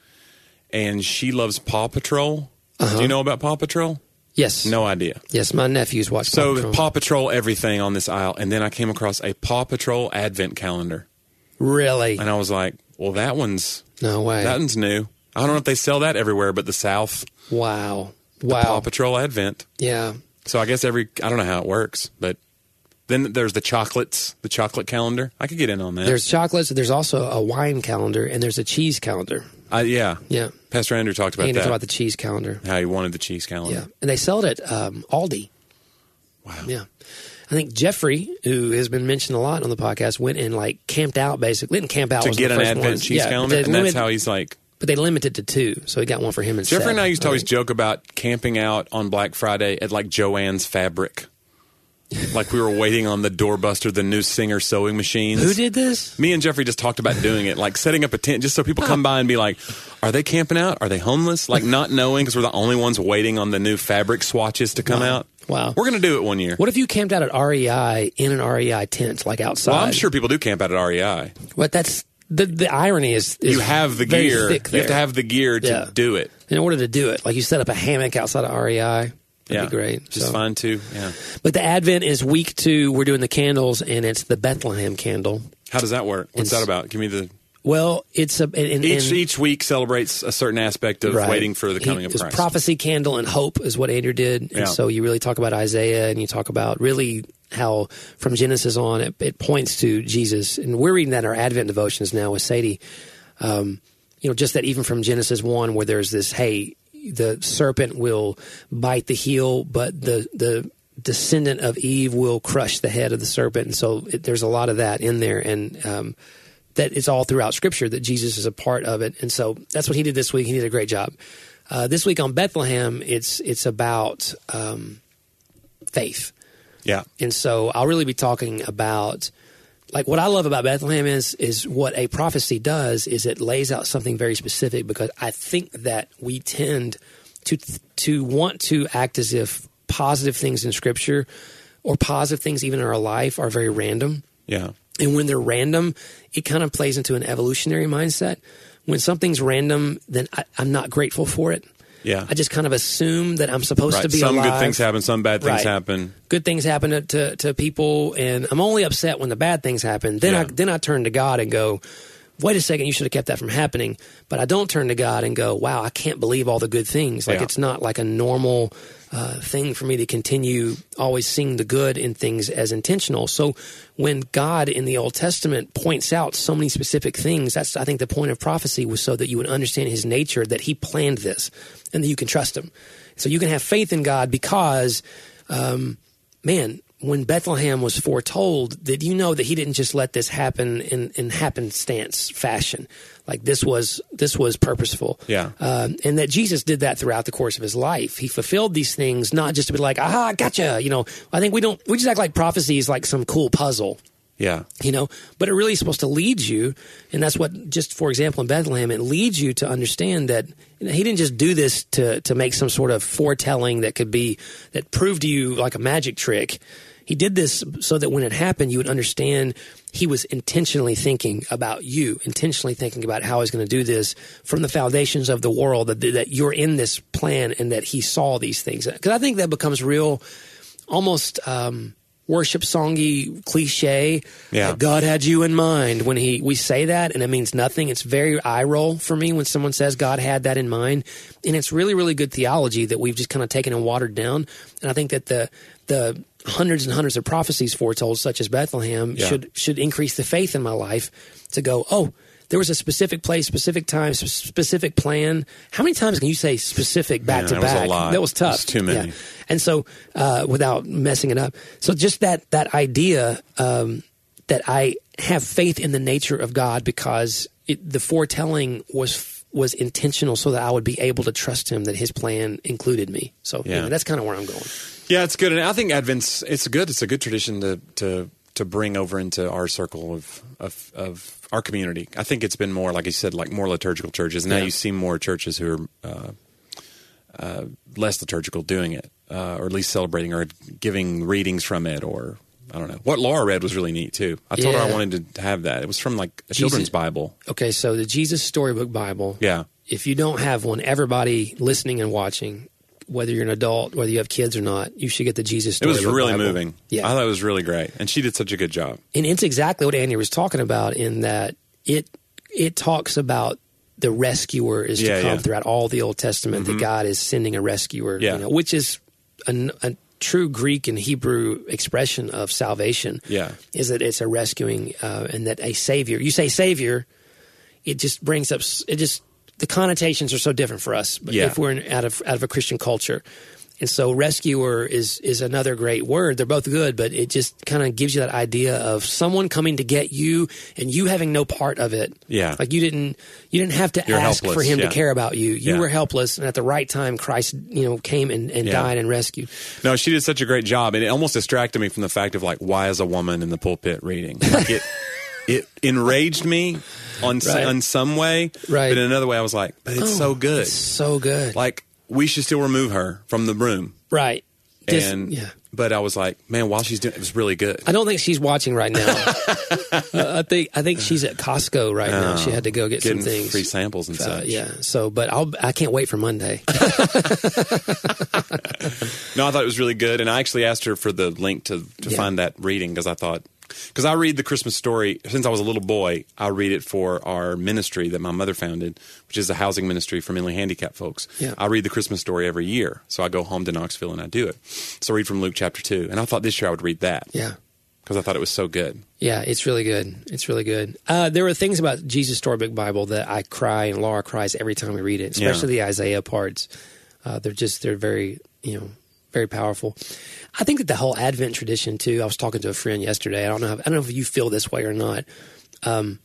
Speaker 2: and she loves Paw Patrol. Do
Speaker 1: Uh-huh.
Speaker 2: you know about Paw Patrol?
Speaker 1: Yes.
Speaker 2: No idea.
Speaker 1: Yes, my nephews watched.
Speaker 2: So
Speaker 1: Paw Patrol.
Speaker 2: Paw Patrol everything on this aisle. And then I came across a Paw Patrol advent calendar.
Speaker 1: really?
Speaker 2: And I was like, well, that one's
Speaker 1: No way.
Speaker 2: that one's new. I don't know if they sell that everywhere, but the South
Speaker 1: wow.
Speaker 2: Paw
Speaker 1: Wow.
Speaker 2: Patrol advent.
Speaker 1: Yeah.
Speaker 2: So I guess every I don't know how it works, but then there's the chocolates, the chocolate calendar. I could get in on that.
Speaker 1: There's chocolates. There's also a wine calendar, and there's a cheese calendar.
Speaker 2: I, yeah,
Speaker 1: Yeah,
Speaker 2: Pastor Andrew talked about
Speaker 1: and it's
Speaker 2: that.
Speaker 1: about the cheese calendar.
Speaker 2: how he wanted the cheese calendar.
Speaker 1: Yeah, and they sell it at um, Aldi. Wow. Yeah, I think Jeffrey, who has been mentioned a lot on the podcast, went and like camped out basically. Didn't camp out
Speaker 2: To
Speaker 1: was
Speaker 2: get
Speaker 1: the
Speaker 2: an
Speaker 1: first
Speaker 2: advent
Speaker 1: one.
Speaker 2: cheese
Speaker 1: but
Speaker 2: calendar,
Speaker 1: they
Speaker 2: and that's
Speaker 1: limit-
Speaker 2: how he's like.
Speaker 1: But they limited to two, so he got one for him and
Speaker 2: Jeffrey and I
Speaker 1: Seth,
Speaker 2: used to always
Speaker 1: think.
Speaker 2: joke about camping out on Black Friday at like Joanne's Fabric, like we were waiting on the doorbuster, the new Singer sewing machines.
Speaker 1: Who did this?
Speaker 2: Me and Jeffrey just talked about doing it, like setting up a tent just so people come by and be like, are they camping out? Are they homeless? Like not knowing because we're the only ones waiting on the new fabric swatches to come out.
Speaker 1: Wow.
Speaker 2: We're going to do it one year.
Speaker 1: What if you camped out at REI in an REI tent, like outside?
Speaker 2: Well, I'm sure people do camp out at REI.
Speaker 1: But that's the the irony is, is
Speaker 2: You have the
Speaker 1: very
Speaker 2: gear. You
Speaker 1: thick
Speaker 2: have to
Speaker 1: there.
Speaker 2: have the gear to
Speaker 1: Yeah.
Speaker 2: do it.
Speaker 1: in order to do it. Like you set up a hammock outside of REI. That'd
Speaker 2: yeah.
Speaker 1: be great.
Speaker 2: Just
Speaker 1: So-
Speaker 2: fine too. Yeah.
Speaker 1: But the Advent is week two. We're doing the candles, and it's the Bethlehem candle.
Speaker 2: How does that work? What's
Speaker 1: It's-
Speaker 2: that about? Give me the
Speaker 1: Well, it's a and, and-
Speaker 2: each each week celebrates a certain aspect of
Speaker 1: right.
Speaker 2: waiting for the
Speaker 1: He-
Speaker 2: coming of
Speaker 1: it's
Speaker 2: Christ.
Speaker 1: Prophecy, candle, and hope is what Andrew did. And
Speaker 2: Yeah.
Speaker 1: so you really talk about Isaiah, and you talk about really how from Genesis on it, it points to Jesus. And we're reading that in our Advent devotions now with Sadie. you know, just that even from Genesis 1, where there's this, hey, the serpent will bite the heel, but the, the descendant of Eve will crush the head of the serpent. And so it, there's a lot of that in there. And um, that it's all throughout Scripture that Jesus is a part of it. And so that's what he did this week. He did a great job. Uh, this week on Bethlehem, it's it's about um, faith.
Speaker 2: Yeah.
Speaker 1: And so I'll really be talking about like what I love about Bethlehem is is what a prophecy does is it lays out something very specific because I think that we tend to to want to act as if positive things in scripture or positive things even in our life are very random.
Speaker 2: Yeah.
Speaker 1: And when they're random, it kind of plays into an evolutionary mindset. When something's random, then I, I'm not grateful for it.
Speaker 2: Yeah.
Speaker 1: I just kind of assume that I'm supposed
Speaker 2: Right.
Speaker 1: to be
Speaker 2: some
Speaker 1: alive.
Speaker 2: good things happen, some bad things
Speaker 1: Right.
Speaker 2: happen.
Speaker 1: Good things happen to, to, to people, and I'm only upset when the bad things happen. Then I
Speaker 2: Yeah.
Speaker 1: then I turn to God and go, "Wait a second, you should have kept that from happening." But I don't turn to God and go, "Wow, I can't believe all the good things." Like
Speaker 2: Yeah.
Speaker 1: it's not like a normal uh, thing for me to continue always seeing the good in things as intentional. So when God in the Old Testament points out so many specific things, that's I think the point of prophecy was so that you would understand His nature, that He planned this, and that you can trust Him. So you can have faith in God because man, when Bethlehem was foretold, did you know that he didn't just let this happen in, in happenstance fashion? Like this was this was purposeful.
Speaker 2: Yeah.
Speaker 1: Um, and that Jesus did that throughout the course of his life. He fulfilled these things not just to be like, aha, gotcha. You know, I think we don't we just act like prophecy is like some cool puzzle
Speaker 2: Yeah.
Speaker 1: you know but it really is supposed to lead you and that's what just for example in bethlehem it leads you to understand that he didn't just do this to to make some sort of foretelling that could be that proved to you like a magic trick he did this so that when it happened you would understand he was intentionally thinking about you intentionally thinking about how he's going to do this from the foundations of the world that, that you're in this plan and that he saw these things because i think that becomes real almost um, worship songy cliche.
Speaker 2: Yeah.
Speaker 1: Like, God had you in mind when he we say that, and it means nothing. It's very eye roll for me when someone says God had that in mind, and it's really really good theology that we've just kind of taken and watered down. And I think that the the hundreds and hundreds of prophecies foretold, such as Bethlehem,
Speaker 2: Yeah.
Speaker 1: should should increase the faith in my life to go oh. There was a specific place, specific time, sp- specific plan. How many times can you say specific back
Speaker 2: Man,
Speaker 1: to
Speaker 2: that was a
Speaker 1: back?
Speaker 2: lot.
Speaker 1: That was tough.
Speaker 2: That's too many.
Speaker 1: Yeah. And so, uh, without messing it up, so just that that idea um, that I have faith in the nature of God because it, the foretelling was was intentional, so that I would be able to trust Him that His plan included me. So
Speaker 2: Yeah.
Speaker 1: anyway, that's kind of where I'm going.
Speaker 2: Yeah, it's good, and I think Advent's it's good. It's a good tradition to to to bring over into our circle of of, of our community. I think it's been more like you said, like more liturgical churches. Now
Speaker 1: Yeah.
Speaker 2: you see more churches who are uh, uh, less liturgical doing it, uh, or at least celebrating or giving readings from it, or I don't know. What Laura read was really neat too. I told her I
Speaker 1: Yeah.
Speaker 2: wanted to have that. It was from like a
Speaker 1: Jesus-
Speaker 2: children's Bible.
Speaker 1: Okay, so the Jesus Storybook Bible.
Speaker 2: Yeah,
Speaker 1: If you don't have one, everybody listening and watching, whether you're an adult, whether you have kids or not, you should get the Jesus
Speaker 2: it
Speaker 1: Storybook.
Speaker 2: was really
Speaker 1: Bible.
Speaker 2: moving.
Speaker 1: Yeah,
Speaker 2: I thought it was really great, and she did such a good job.
Speaker 1: and it's exactly what Andy was talking about in that it it talks about the rescuer is
Speaker 2: Yeah,
Speaker 1: to come
Speaker 2: yeah. Mm-hmm.
Speaker 1: throughout all the Old Testament that God is sending a rescuer,
Speaker 2: Yeah.
Speaker 1: you know, which is a, a true Greek and Hebrew expression of salvation.
Speaker 2: Yeah.
Speaker 1: is that it's a rescuing uh, and that a savior. You say savior, it just brings up s- it just the connotations are so different for us but
Speaker 2: Yeah.
Speaker 1: if we're in, out of out of a christian culture and so rescuer is is another great word they're both good but it just kind of gives you that idea of someone coming to get you and you having no part of it
Speaker 2: Yeah.
Speaker 1: like you didn't you didn't have to
Speaker 2: You're
Speaker 1: ask for
Speaker 2: helpless,
Speaker 1: him
Speaker 2: yeah.
Speaker 1: to care about you you
Speaker 2: Yeah.
Speaker 1: were helpless and at the right time christ you know came and, and
Speaker 2: Yeah.
Speaker 1: died and rescued
Speaker 2: No, she did such a great job, and it almost distracted me from the fact of like, why is a woman in the pulpit reading? Like it, it enraged me on s
Speaker 1: Right.
Speaker 2: on some way,
Speaker 1: Right. Oh,
Speaker 2: But in another way, I was like, but it's so good.
Speaker 1: so good
Speaker 2: like we should still remove her from the room.
Speaker 1: right Dis-
Speaker 2: and
Speaker 1: yeah
Speaker 2: but I was like, man, while she's doing, it was really good.
Speaker 1: I don't think she's watching right now. Uh, I think I think she's at Costco right now. She had to go get some
Speaker 2: Getting
Speaker 1: things.
Speaker 2: free samples and
Speaker 1: Uh,
Speaker 2: such.
Speaker 1: yeah. So, but I'll I can't wait for Monday.
Speaker 2: No, I thought it was really good, and I actually asked her for the link to to
Speaker 1: Yeah.
Speaker 2: find that reading because I thought because I read the Christmas story since I was a little boy. I read it for our ministry that my mother founded, which is a housing ministry for mentally handicapped folks.
Speaker 1: Yeah.
Speaker 2: I read the Christmas story every year, so I go home to Knoxville and I do it. So I read from Luke chapter two, and I thought this year I would read that
Speaker 1: yeah.
Speaker 2: because I thought it was so good.
Speaker 1: Yeah, it's really good. It's really good. Uh, there are things about Jesus Storybook Bible that I cry and Laura cries every time we read it, especially the Isaiah parts. Uh, they're just they're very you know very powerful. I think that the whole Advent tradition too. I was talking to a friend yesterday. I don't know. If, I don't know if you feel this way or not. Um,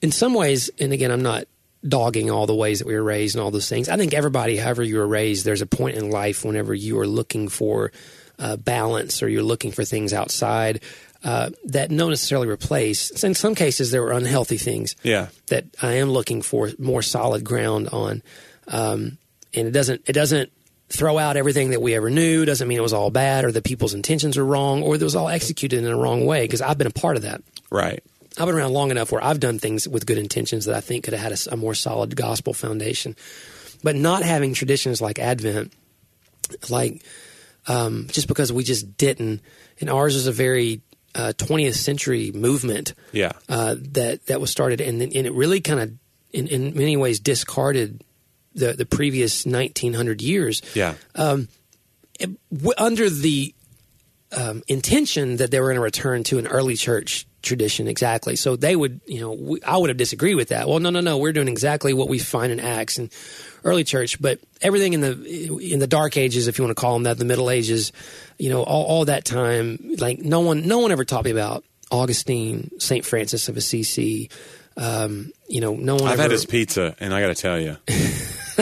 Speaker 1: in some ways, and again, I'm not dogging all the ways that we were raised and all those things. I think everybody, however you were raised, there's a point in life whenever you are looking for uh, balance or you're looking for things outside uh, that don't necessarily replace. In some cases, there were unhealthy things
Speaker 2: Yeah.
Speaker 1: that I am looking for more solid ground on. Um, and it doesn't it doesn't throw out everything that we ever knew. Doesn't mean it was all bad or that people's intentions are wrong or that it was all executed in the wrong way. Because I've been a part of that.
Speaker 2: Right.
Speaker 1: I've been around long enough where I've done things with good intentions that I think could have had a s- a, more solid gospel foundation. But not having traditions like Advent, like um, just because we just didn't, and ours is a very uh, 20th century movement
Speaker 2: Yeah.
Speaker 1: uh, that that was started, and then- and it really kind of, in, in many ways, discarded the the previous 1900 years
Speaker 2: yeah.
Speaker 1: w- under the um, intention that they were going to return to an early church tradition exactly so they would you know we, i would have disagreed with that well no no no we're doing exactly what we find in acts and early church but everything in the in the dark ages if you want to call them that the middle ages you know all, all that time like no one no one ever taught me about augustine saint francis of assisi um, you know no one
Speaker 2: I've
Speaker 1: ever,
Speaker 2: had his pizza, and I got to tell you,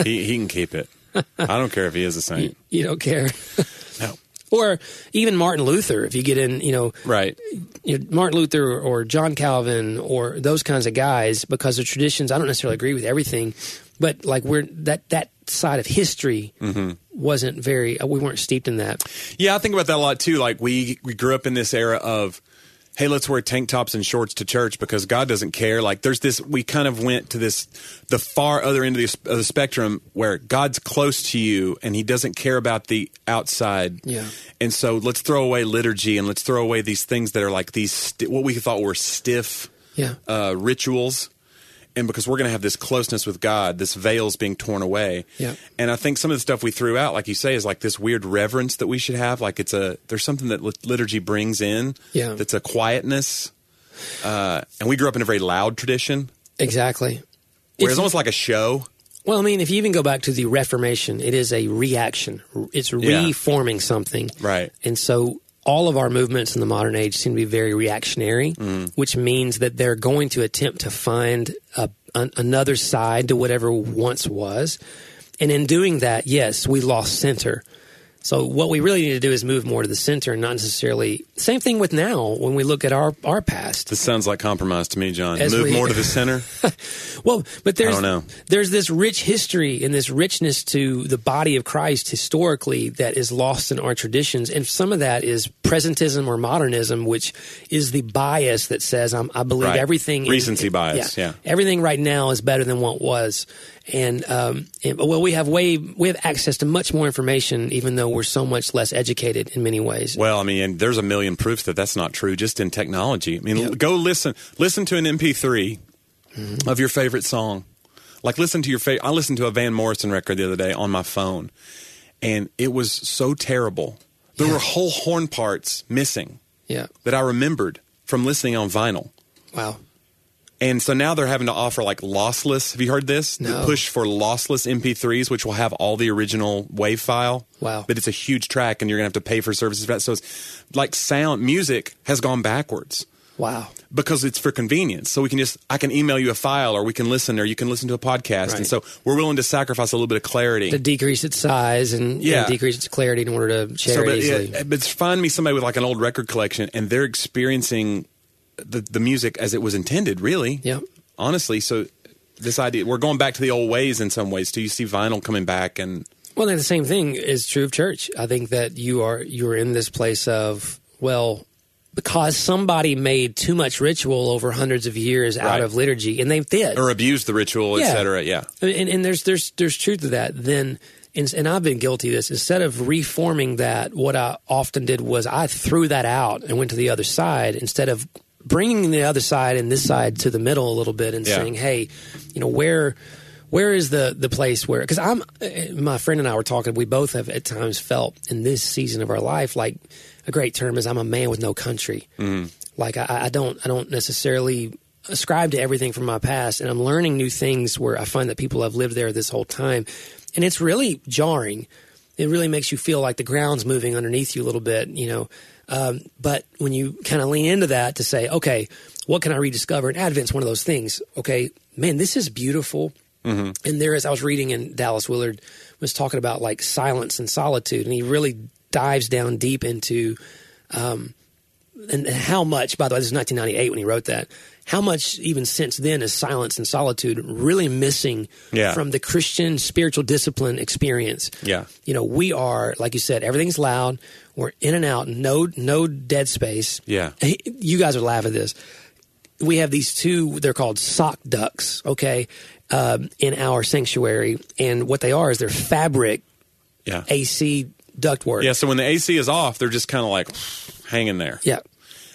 Speaker 2: he, he can keep it. I don't care if he is a saint.
Speaker 1: you don't care
Speaker 2: No.
Speaker 1: or even martin luther if you get in you know
Speaker 2: Right.
Speaker 1: you know, Martin Luther or John Calvin or those kinds of guys because the traditions. I don't necessarily agree with everything, but like we're that that side of history wasn't very. We weren't steeped in that.
Speaker 2: Yeah, I think about that a lot too. Like we we grew up in this era of, hey, let's wear tank tops and shorts to church because God doesn't care. Like there's this, we kind of went to this the far other end of the, of the spectrum where God's close to you and He doesn't care about the outside.
Speaker 1: Yeah.
Speaker 2: And so let's throw away liturgy and let's throw away these things that are like these sti- what we thought were stiff
Speaker 1: Yeah.
Speaker 2: uh, rituals. And because we're going to have this closeness with God, this veil's being torn away.
Speaker 1: Yeah.
Speaker 2: And I think some of the stuff we threw out, like you say, is like this weird reverence that we should have. Like it's a there's something that lit- liturgy brings in.
Speaker 1: Yeah.
Speaker 2: That's a quietness. Uh, and we grew up in a very loud tradition
Speaker 1: Exactly.
Speaker 2: where it's,
Speaker 1: It's-
Speaker 2: almost like a show.
Speaker 1: Well, I mean, if you even go back to the Reformation, it is a reaction. It's
Speaker 2: Yeah.
Speaker 1: reforming something.
Speaker 2: Right.
Speaker 1: And so all of our movements in the modern age seem to be very reactionary,
Speaker 2: Mm.
Speaker 1: which means that they're going to attempt to find a, an, another side to whatever once was. And in doing that, yes, we lost center. So what we really need to do is move more to the center and not necessarily same thing with now when we look at our our past.
Speaker 2: This sounds like compromise to me, John.
Speaker 1: As
Speaker 2: Move
Speaker 1: we-
Speaker 2: more to the center.
Speaker 1: Well, but there's
Speaker 2: don't know.
Speaker 1: there's this rich history and this richness to the body of Christ historically that is lost in our traditions, and some of that is presentism or modernism, which is the bias that says I'm, I believe
Speaker 2: Right.
Speaker 1: everything in-
Speaker 2: Recency bias, yeah.
Speaker 1: everything right now is better than what was, and, um, and well, we have way we have access to much more information, even though we're so much less educated in many ways.
Speaker 2: Well, I mean, and there's a million proofs that that's not true just in technology. I mean,
Speaker 1: Yeah.
Speaker 2: l- go listen listen to an MP3 of your favorite song. Like listen to your favorite I listened to a Van Morrison record the other day on my phone and it was so terrible. There were whole horn parts missing
Speaker 1: Yeah,
Speaker 2: that I remembered from listening on vinyl.
Speaker 1: wow,
Speaker 2: And so now they're having to offer like lossless. Have you heard this?
Speaker 1: No.
Speaker 2: The push for lossless MP3s, which will have all the original WAV file.
Speaker 1: Wow.
Speaker 2: But it's a huge track and you're going to have to pay for services for that. So it's like sound, music has gone backwards
Speaker 1: wow,
Speaker 2: because it's for convenience. So we can just, I can email you a file or we can listen or you can listen to a podcast.
Speaker 1: Right.
Speaker 2: And so we're willing to sacrifice a little bit of clarity.
Speaker 1: to decrease its size and,
Speaker 2: Yeah.
Speaker 1: and decrease its clarity in order to share
Speaker 2: So,
Speaker 1: it
Speaker 2: but,
Speaker 1: easily.
Speaker 2: yeah, eh, but find me somebody with like an old record collection, and they're experiencing the the music as it was intended. Really,
Speaker 1: Yeah.
Speaker 2: Honestly, so this idea we're going back to the old ways in some ways. Do you see vinyl coming back? And
Speaker 1: Well, then the same thing is true of church. I think that you are you're in this place of well, because somebody made too much ritual over hundreds of years out
Speaker 2: Right.
Speaker 1: of liturgy, and they did.
Speaker 2: or abuse the ritual,
Speaker 1: Yeah.
Speaker 2: et cetera. Yeah,
Speaker 1: And, and there's there's there's truth to that. Then, and, and I've been guilty of this. Instead of reforming that, what I often did was I threw that out and went to the other side instead of bringing the other side and this side to the middle a little bit and
Speaker 2: Yeah.
Speaker 1: saying, hey, you know where. Where is the, the place where? Because I'm, eh, my friend and I were talking. We both have at times felt in this season of our life like a great term is I'm a man with no country. Like I, I don't I don't necessarily ascribe to everything from my past, and I'm learning new things where I find that people have lived there this whole time, and it's really jarring it really makes you feel like the ground's moving underneath you a little bit, you know. Um, but when you kind of lean into that to say, okay, what can I rediscover? And Advent's one of those things. Okay, man, this is beautiful.
Speaker 2: Mm-hmm.
Speaker 1: And there is, I was reading in Dallas Willard was talking about like silence and solitude, and he really dives down deep into um, and and how much, by the way, this is 1998 when he wrote that, how much even since then is silence and solitude really missing
Speaker 2: Yeah.
Speaker 1: from the Christian spiritual discipline experience?
Speaker 2: Yeah.
Speaker 1: You know, we are, like you said, everything's loud. We're in and out, no, no dead space.
Speaker 2: Yeah.
Speaker 1: Hey, You guys are laughing at this. We have these two, they're called sock ducks, okay, um, in our sanctuary. And what they are is they're fabric
Speaker 2: Yeah.
Speaker 1: AC ductwork.
Speaker 2: Yeah. So when the AC is off, they're just kind of like hanging there.
Speaker 1: Yeah.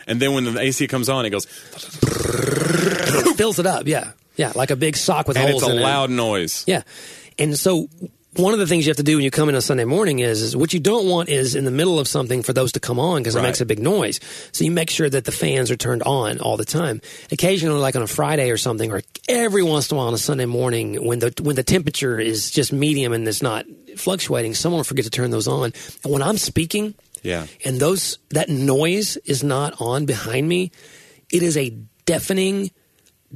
Speaker 2: And then when the AC comes on, it goes,
Speaker 1: It fills it up. Yeah. Yeah. Like a big sock with
Speaker 2: and
Speaker 1: holes
Speaker 2: it's a
Speaker 1: in it.
Speaker 2: loud noise.
Speaker 1: Yeah. And so one of the things you have to do when you come in on Sunday morning is, is what you don't want is in the middle of something for those to come on because it
Speaker 2: Right.
Speaker 1: makes a big noise. So you make sure that the fans are turned on all the time. Occasionally, like on a Friday or something, or every once in a while on a Sunday morning when the when the temperature is just medium and it's not fluctuating, someone will forget to turn those on. And when I'm speaking,
Speaker 2: Yeah.
Speaker 1: and those that noise is not on behind me, it is a deafening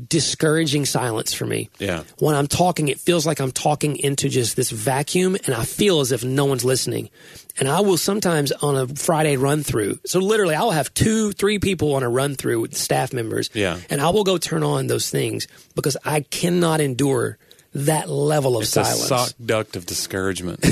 Speaker 1: discouraging silence for me.
Speaker 2: Yeah.
Speaker 1: When I'm talking, it feels like I'm talking into just this vacuum and I feel as if no one's listening. And I will sometimes on a Friday run through. So literally I'll have two, three people on a run through with staff members.
Speaker 2: Yeah.
Speaker 1: And I will go turn on those things because I cannot endure that level of
Speaker 2: It's a
Speaker 1: silence.
Speaker 2: sock duct of discouragement.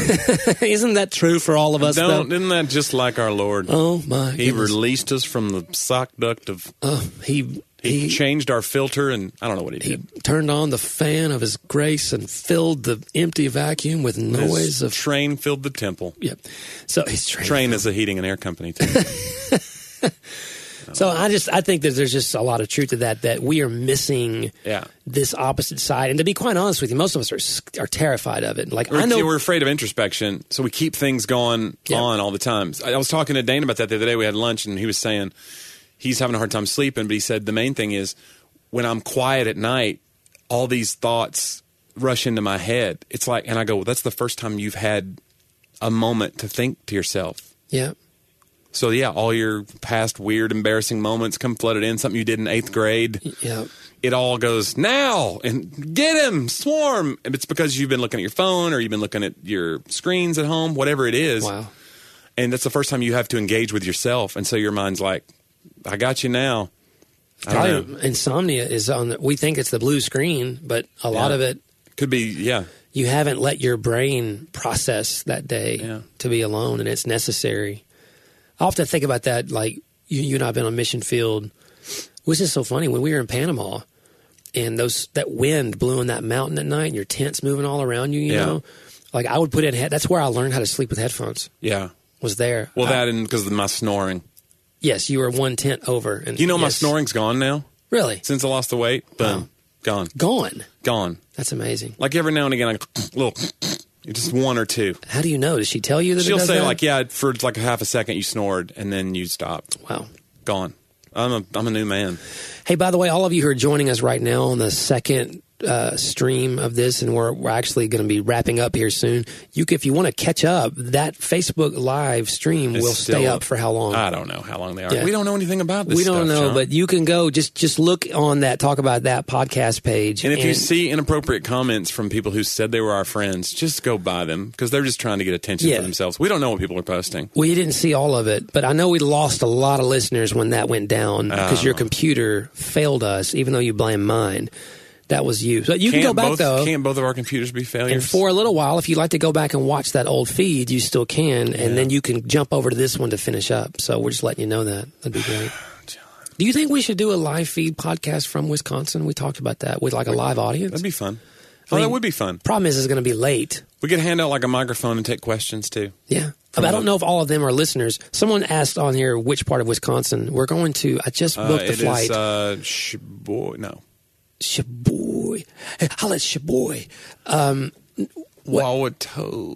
Speaker 1: Isn't that true for all of us though?
Speaker 2: Don't, isn't that just like our Lord?
Speaker 1: Oh my
Speaker 2: he
Speaker 1: goodness.
Speaker 2: released us from the sock duct of.
Speaker 1: Oh, he he
Speaker 2: He, changed our filter, and I don't know what he
Speaker 1: he
Speaker 2: did.
Speaker 1: turned on the fan of his grace and filled the empty vacuum with
Speaker 2: His
Speaker 1: noise of
Speaker 2: train filled the temple.
Speaker 1: Yep. So he's trained.
Speaker 2: Train is a heating and air company. Too.
Speaker 1: So I just I think that there's just a lot of truth to that that we are missing
Speaker 2: Yeah.
Speaker 1: this opposite side. And to be quite honest with you, most of us are s- are terrified of it. Like
Speaker 2: We're,
Speaker 1: I know
Speaker 2: we're afraid of introspection, so we keep things going
Speaker 1: Yeah.
Speaker 2: on all the time. I, I was talking to Dane about that the other day. We had lunch, and he was saying he's having a hard time sleeping, but he said the main thing is when I'm quiet at night, all these thoughts rush into my head. It's like, and I go, well, that's the first time you've had a moment to think to yourself.
Speaker 1: yeah.
Speaker 2: So yeah, all your past weird, embarrassing moments come flooded in. Something you did in eighth grade.
Speaker 1: Yeah.
Speaker 2: It all goes now and get him, swarm. And It's because you've been looking at your phone or you've been looking at your screens at home, whatever it is.
Speaker 1: Wow.
Speaker 2: And that's the first time you have to engage with yourself. And so your mind's like, I got you now. I don't know.
Speaker 1: Probably insomnia is on the, we think it's the blue screen, but a lot
Speaker 2: Yeah.
Speaker 1: of it
Speaker 2: Could be, yeah.
Speaker 1: you haven't let your brain process that day
Speaker 2: Yeah.
Speaker 1: to be alone and it's necessary. I often think about that like you, you and I've been on mission field. Which is so funny when we were in Panama and those that wind blew in that mountain at night and your tent's moving all around you, you
Speaker 2: Yeah.
Speaker 1: know. Like I would put in head that's where I learned how to sleep with headphones.
Speaker 2: Yeah.
Speaker 1: Was there.
Speaker 2: Well,
Speaker 1: I-
Speaker 2: that and because of my snoring.
Speaker 1: yes, you were one tent over and
Speaker 2: You know, my
Speaker 1: yes.
Speaker 2: snoring's gone now
Speaker 1: Really?
Speaker 2: since I lost the weight. Boom. Gone.
Speaker 1: Gone.
Speaker 2: Gone.
Speaker 1: That's amazing.
Speaker 2: Like every now and again, I little, just one or two.
Speaker 1: How do you know? Does she tell you that it
Speaker 2: She'll
Speaker 1: does
Speaker 2: say
Speaker 1: that?
Speaker 2: like, "Yeah, for like a half a second you snored and then you stopped.
Speaker 1: Wow.
Speaker 2: Gone. I'm a I'm a new man.
Speaker 1: Hey, by the way, all of you who are joining us right now on the second uh, stream of this, and we're, we're actually going to be wrapping up here soon. You, c- if you want to catch up, that Facebook live stream will
Speaker 2: It's still
Speaker 1: stay up for how long?
Speaker 2: I don't know how long they are.
Speaker 1: Yeah.
Speaker 2: We don't know anything about this.
Speaker 1: we don't
Speaker 2: stuff,
Speaker 1: know,
Speaker 2: John.
Speaker 1: but you can go just just look on that talk about that podcast page.
Speaker 2: and if you see inappropriate comments from people who said they were our friends, just go buy them because they're just trying to get attention
Speaker 1: Yeah.
Speaker 2: for themselves. We don't know what people are posting.
Speaker 1: well, you didn't see all of it, but I know we lost a lot of listeners when that went
Speaker 2: Oh.
Speaker 1: down because your computer failed us, even though you blame mine. That was you. So you can go
Speaker 2: Can't
Speaker 1: back
Speaker 2: both
Speaker 1: though.
Speaker 2: can't both of our computers be
Speaker 1: And
Speaker 2: failures?
Speaker 1: for a little while, if you'd like to go back and watch that old feed, you still can, and then you can jump over to this one to finish up. So we're just letting you know that. That'd be great. Do you think we should do a live feed podcast from Wisconsin? We talked about that with like a live audience.
Speaker 2: That'd be fun. Oh, that would be fun.
Speaker 1: Problem is, it's going to be late.
Speaker 2: We could hand out like a microphone and take questions too.
Speaker 1: Yeah. But I don't know if all of them are listeners. Someone asked on here which part of Wisconsin. We're going to, I just
Speaker 2: Uh,
Speaker 1: booked the
Speaker 2: it
Speaker 1: flight.
Speaker 2: is uh, sh- boy, no.
Speaker 1: Shaboy. Holla at Shaboy.
Speaker 2: Wawato.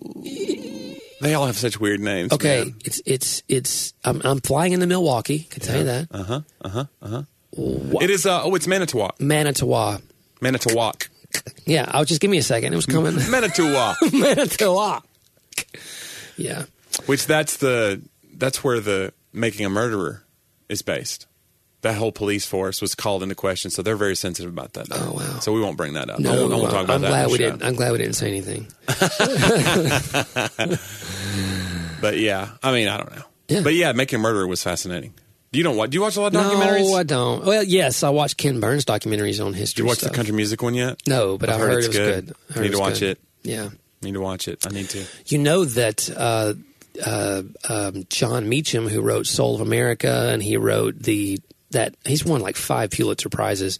Speaker 2: They all have such weird names.
Speaker 1: Okay.
Speaker 2: man.
Speaker 1: It's, it's, it's, I'm, I'm flying into Milwaukee. Can tell you that.
Speaker 2: Uh-huh. It is. Uh, oh, it's Manitowoc.
Speaker 1: Manitowoc.
Speaker 2: Manitowoc.
Speaker 1: oh, Yeah, I'll just give me a second. It was coming.
Speaker 2: Manitowoc.
Speaker 1: Manitowoc. Yeah.
Speaker 2: Which that's the that's where the making a murderer is based. That whole police force was called into question, so they're very sensitive about that. now.
Speaker 1: Oh, wow.
Speaker 2: So we won't bring that up.
Speaker 1: No,
Speaker 2: I won't, I won't
Speaker 1: well,
Speaker 2: talk about
Speaker 1: I'm
Speaker 2: that.
Speaker 1: glad
Speaker 2: on the
Speaker 1: we
Speaker 2: show.
Speaker 1: didn't. I'm glad we didn't say anything.
Speaker 2: But yeah, I mean, I don't know.
Speaker 1: Yeah.
Speaker 2: But yeah, making a murderer was fascinating. You don't watch? Do you watch a lot of documentaries?
Speaker 1: No, I don't. Well, yes, I watched Ken Burns documentaries on history.
Speaker 2: Did you watch
Speaker 1: stuff.
Speaker 2: the country music one yet?
Speaker 1: No, but I've, heard,
Speaker 2: it's
Speaker 1: it was good. I heard
Speaker 2: Need
Speaker 1: it
Speaker 2: to
Speaker 1: was
Speaker 2: watch
Speaker 1: good.
Speaker 2: it.
Speaker 1: Yeah.
Speaker 2: Need to watch it. I need to.
Speaker 1: You know that uh, uh, um, John Meacham, who wrote Soul of America, and he wrote the that he's won like five Pulitzer prizes.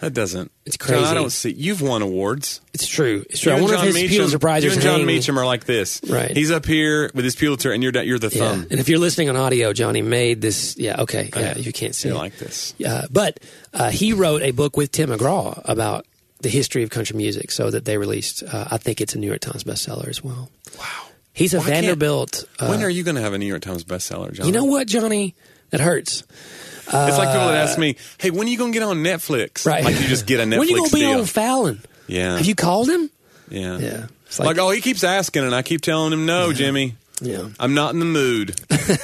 Speaker 2: That doesn't.
Speaker 1: It's
Speaker 2: John, I
Speaker 1: crazy.
Speaker 2: don't see. You've won awards.
Speaker 1: It's true. It's true.
Speaker 2: You
Speaker 1: I
Speaker 2: and
Speaker 1: wonder if
Speaker 2: John
Speaker 1: his
Speaker 2: Meacham-
Speaker 1: Pulitzer prizes
Speaker 2: You and John
Speaker 1: hang-
Speaker 2: Meacham are like this.
Speaker 1: Right.
Speaker 2: He's up here with his Pulitzer, and you're da- you're the
Speaker 1: Yeah.
Speaker 2: thumb.
Speaker 1: And if you're listening on audio, Johnny made this. Yeah. Okay. Yeah.
Speaker 2: Okay.
Speaker 1: You can't see.
Speaker 2: You're
Speaker 1: it.
Speaker 2: like this.
Speaker 1: Uh, but uh, he wrote a book with Tim McGraw about the history of country music, so that they released. Uh, I think it's a New York Times bestseller as well.
Speaker 2: Wow.
Speaker 1: He's a
Speaker 2: Why can't-
Speaker 1: Vanderbilt.
Speaker 2: when
Speaker 1: Uh,
Speaker 2: are you going to have a New York Times bestseller, John?
Speaker 1: you know what, Johnny? That hurts.
Speaker 2: it's like people that ask me, "Hey, when are you going to get on Netflix?"
Speaker 1: Uh, Right.
Speaker 2: Like you just get a Netflix
Speaker 1: when you gonna be
Speaker 2: deal.
Speaker 1: on Fallon?
Speaker 2: Yeah.
Speaker 1: Have you called him?
Speaker 2: yeah.
Speaker 1: Yeah. It's
Speaker 2: Like,
Speaker 1: like-
Speaker 2: oh, he keeps asking, and I keep telling him, "No, Jimmy,
Speaker 1: Yeah.
Speaker 2: I'm not in the mood," and then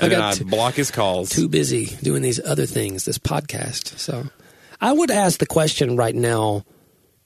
Speaker 2: I
Speaker 1: got t-
Speaker 2: block his calls.
Speaker 1: Too busy doing these other things, this podcast. So I would ask the question right now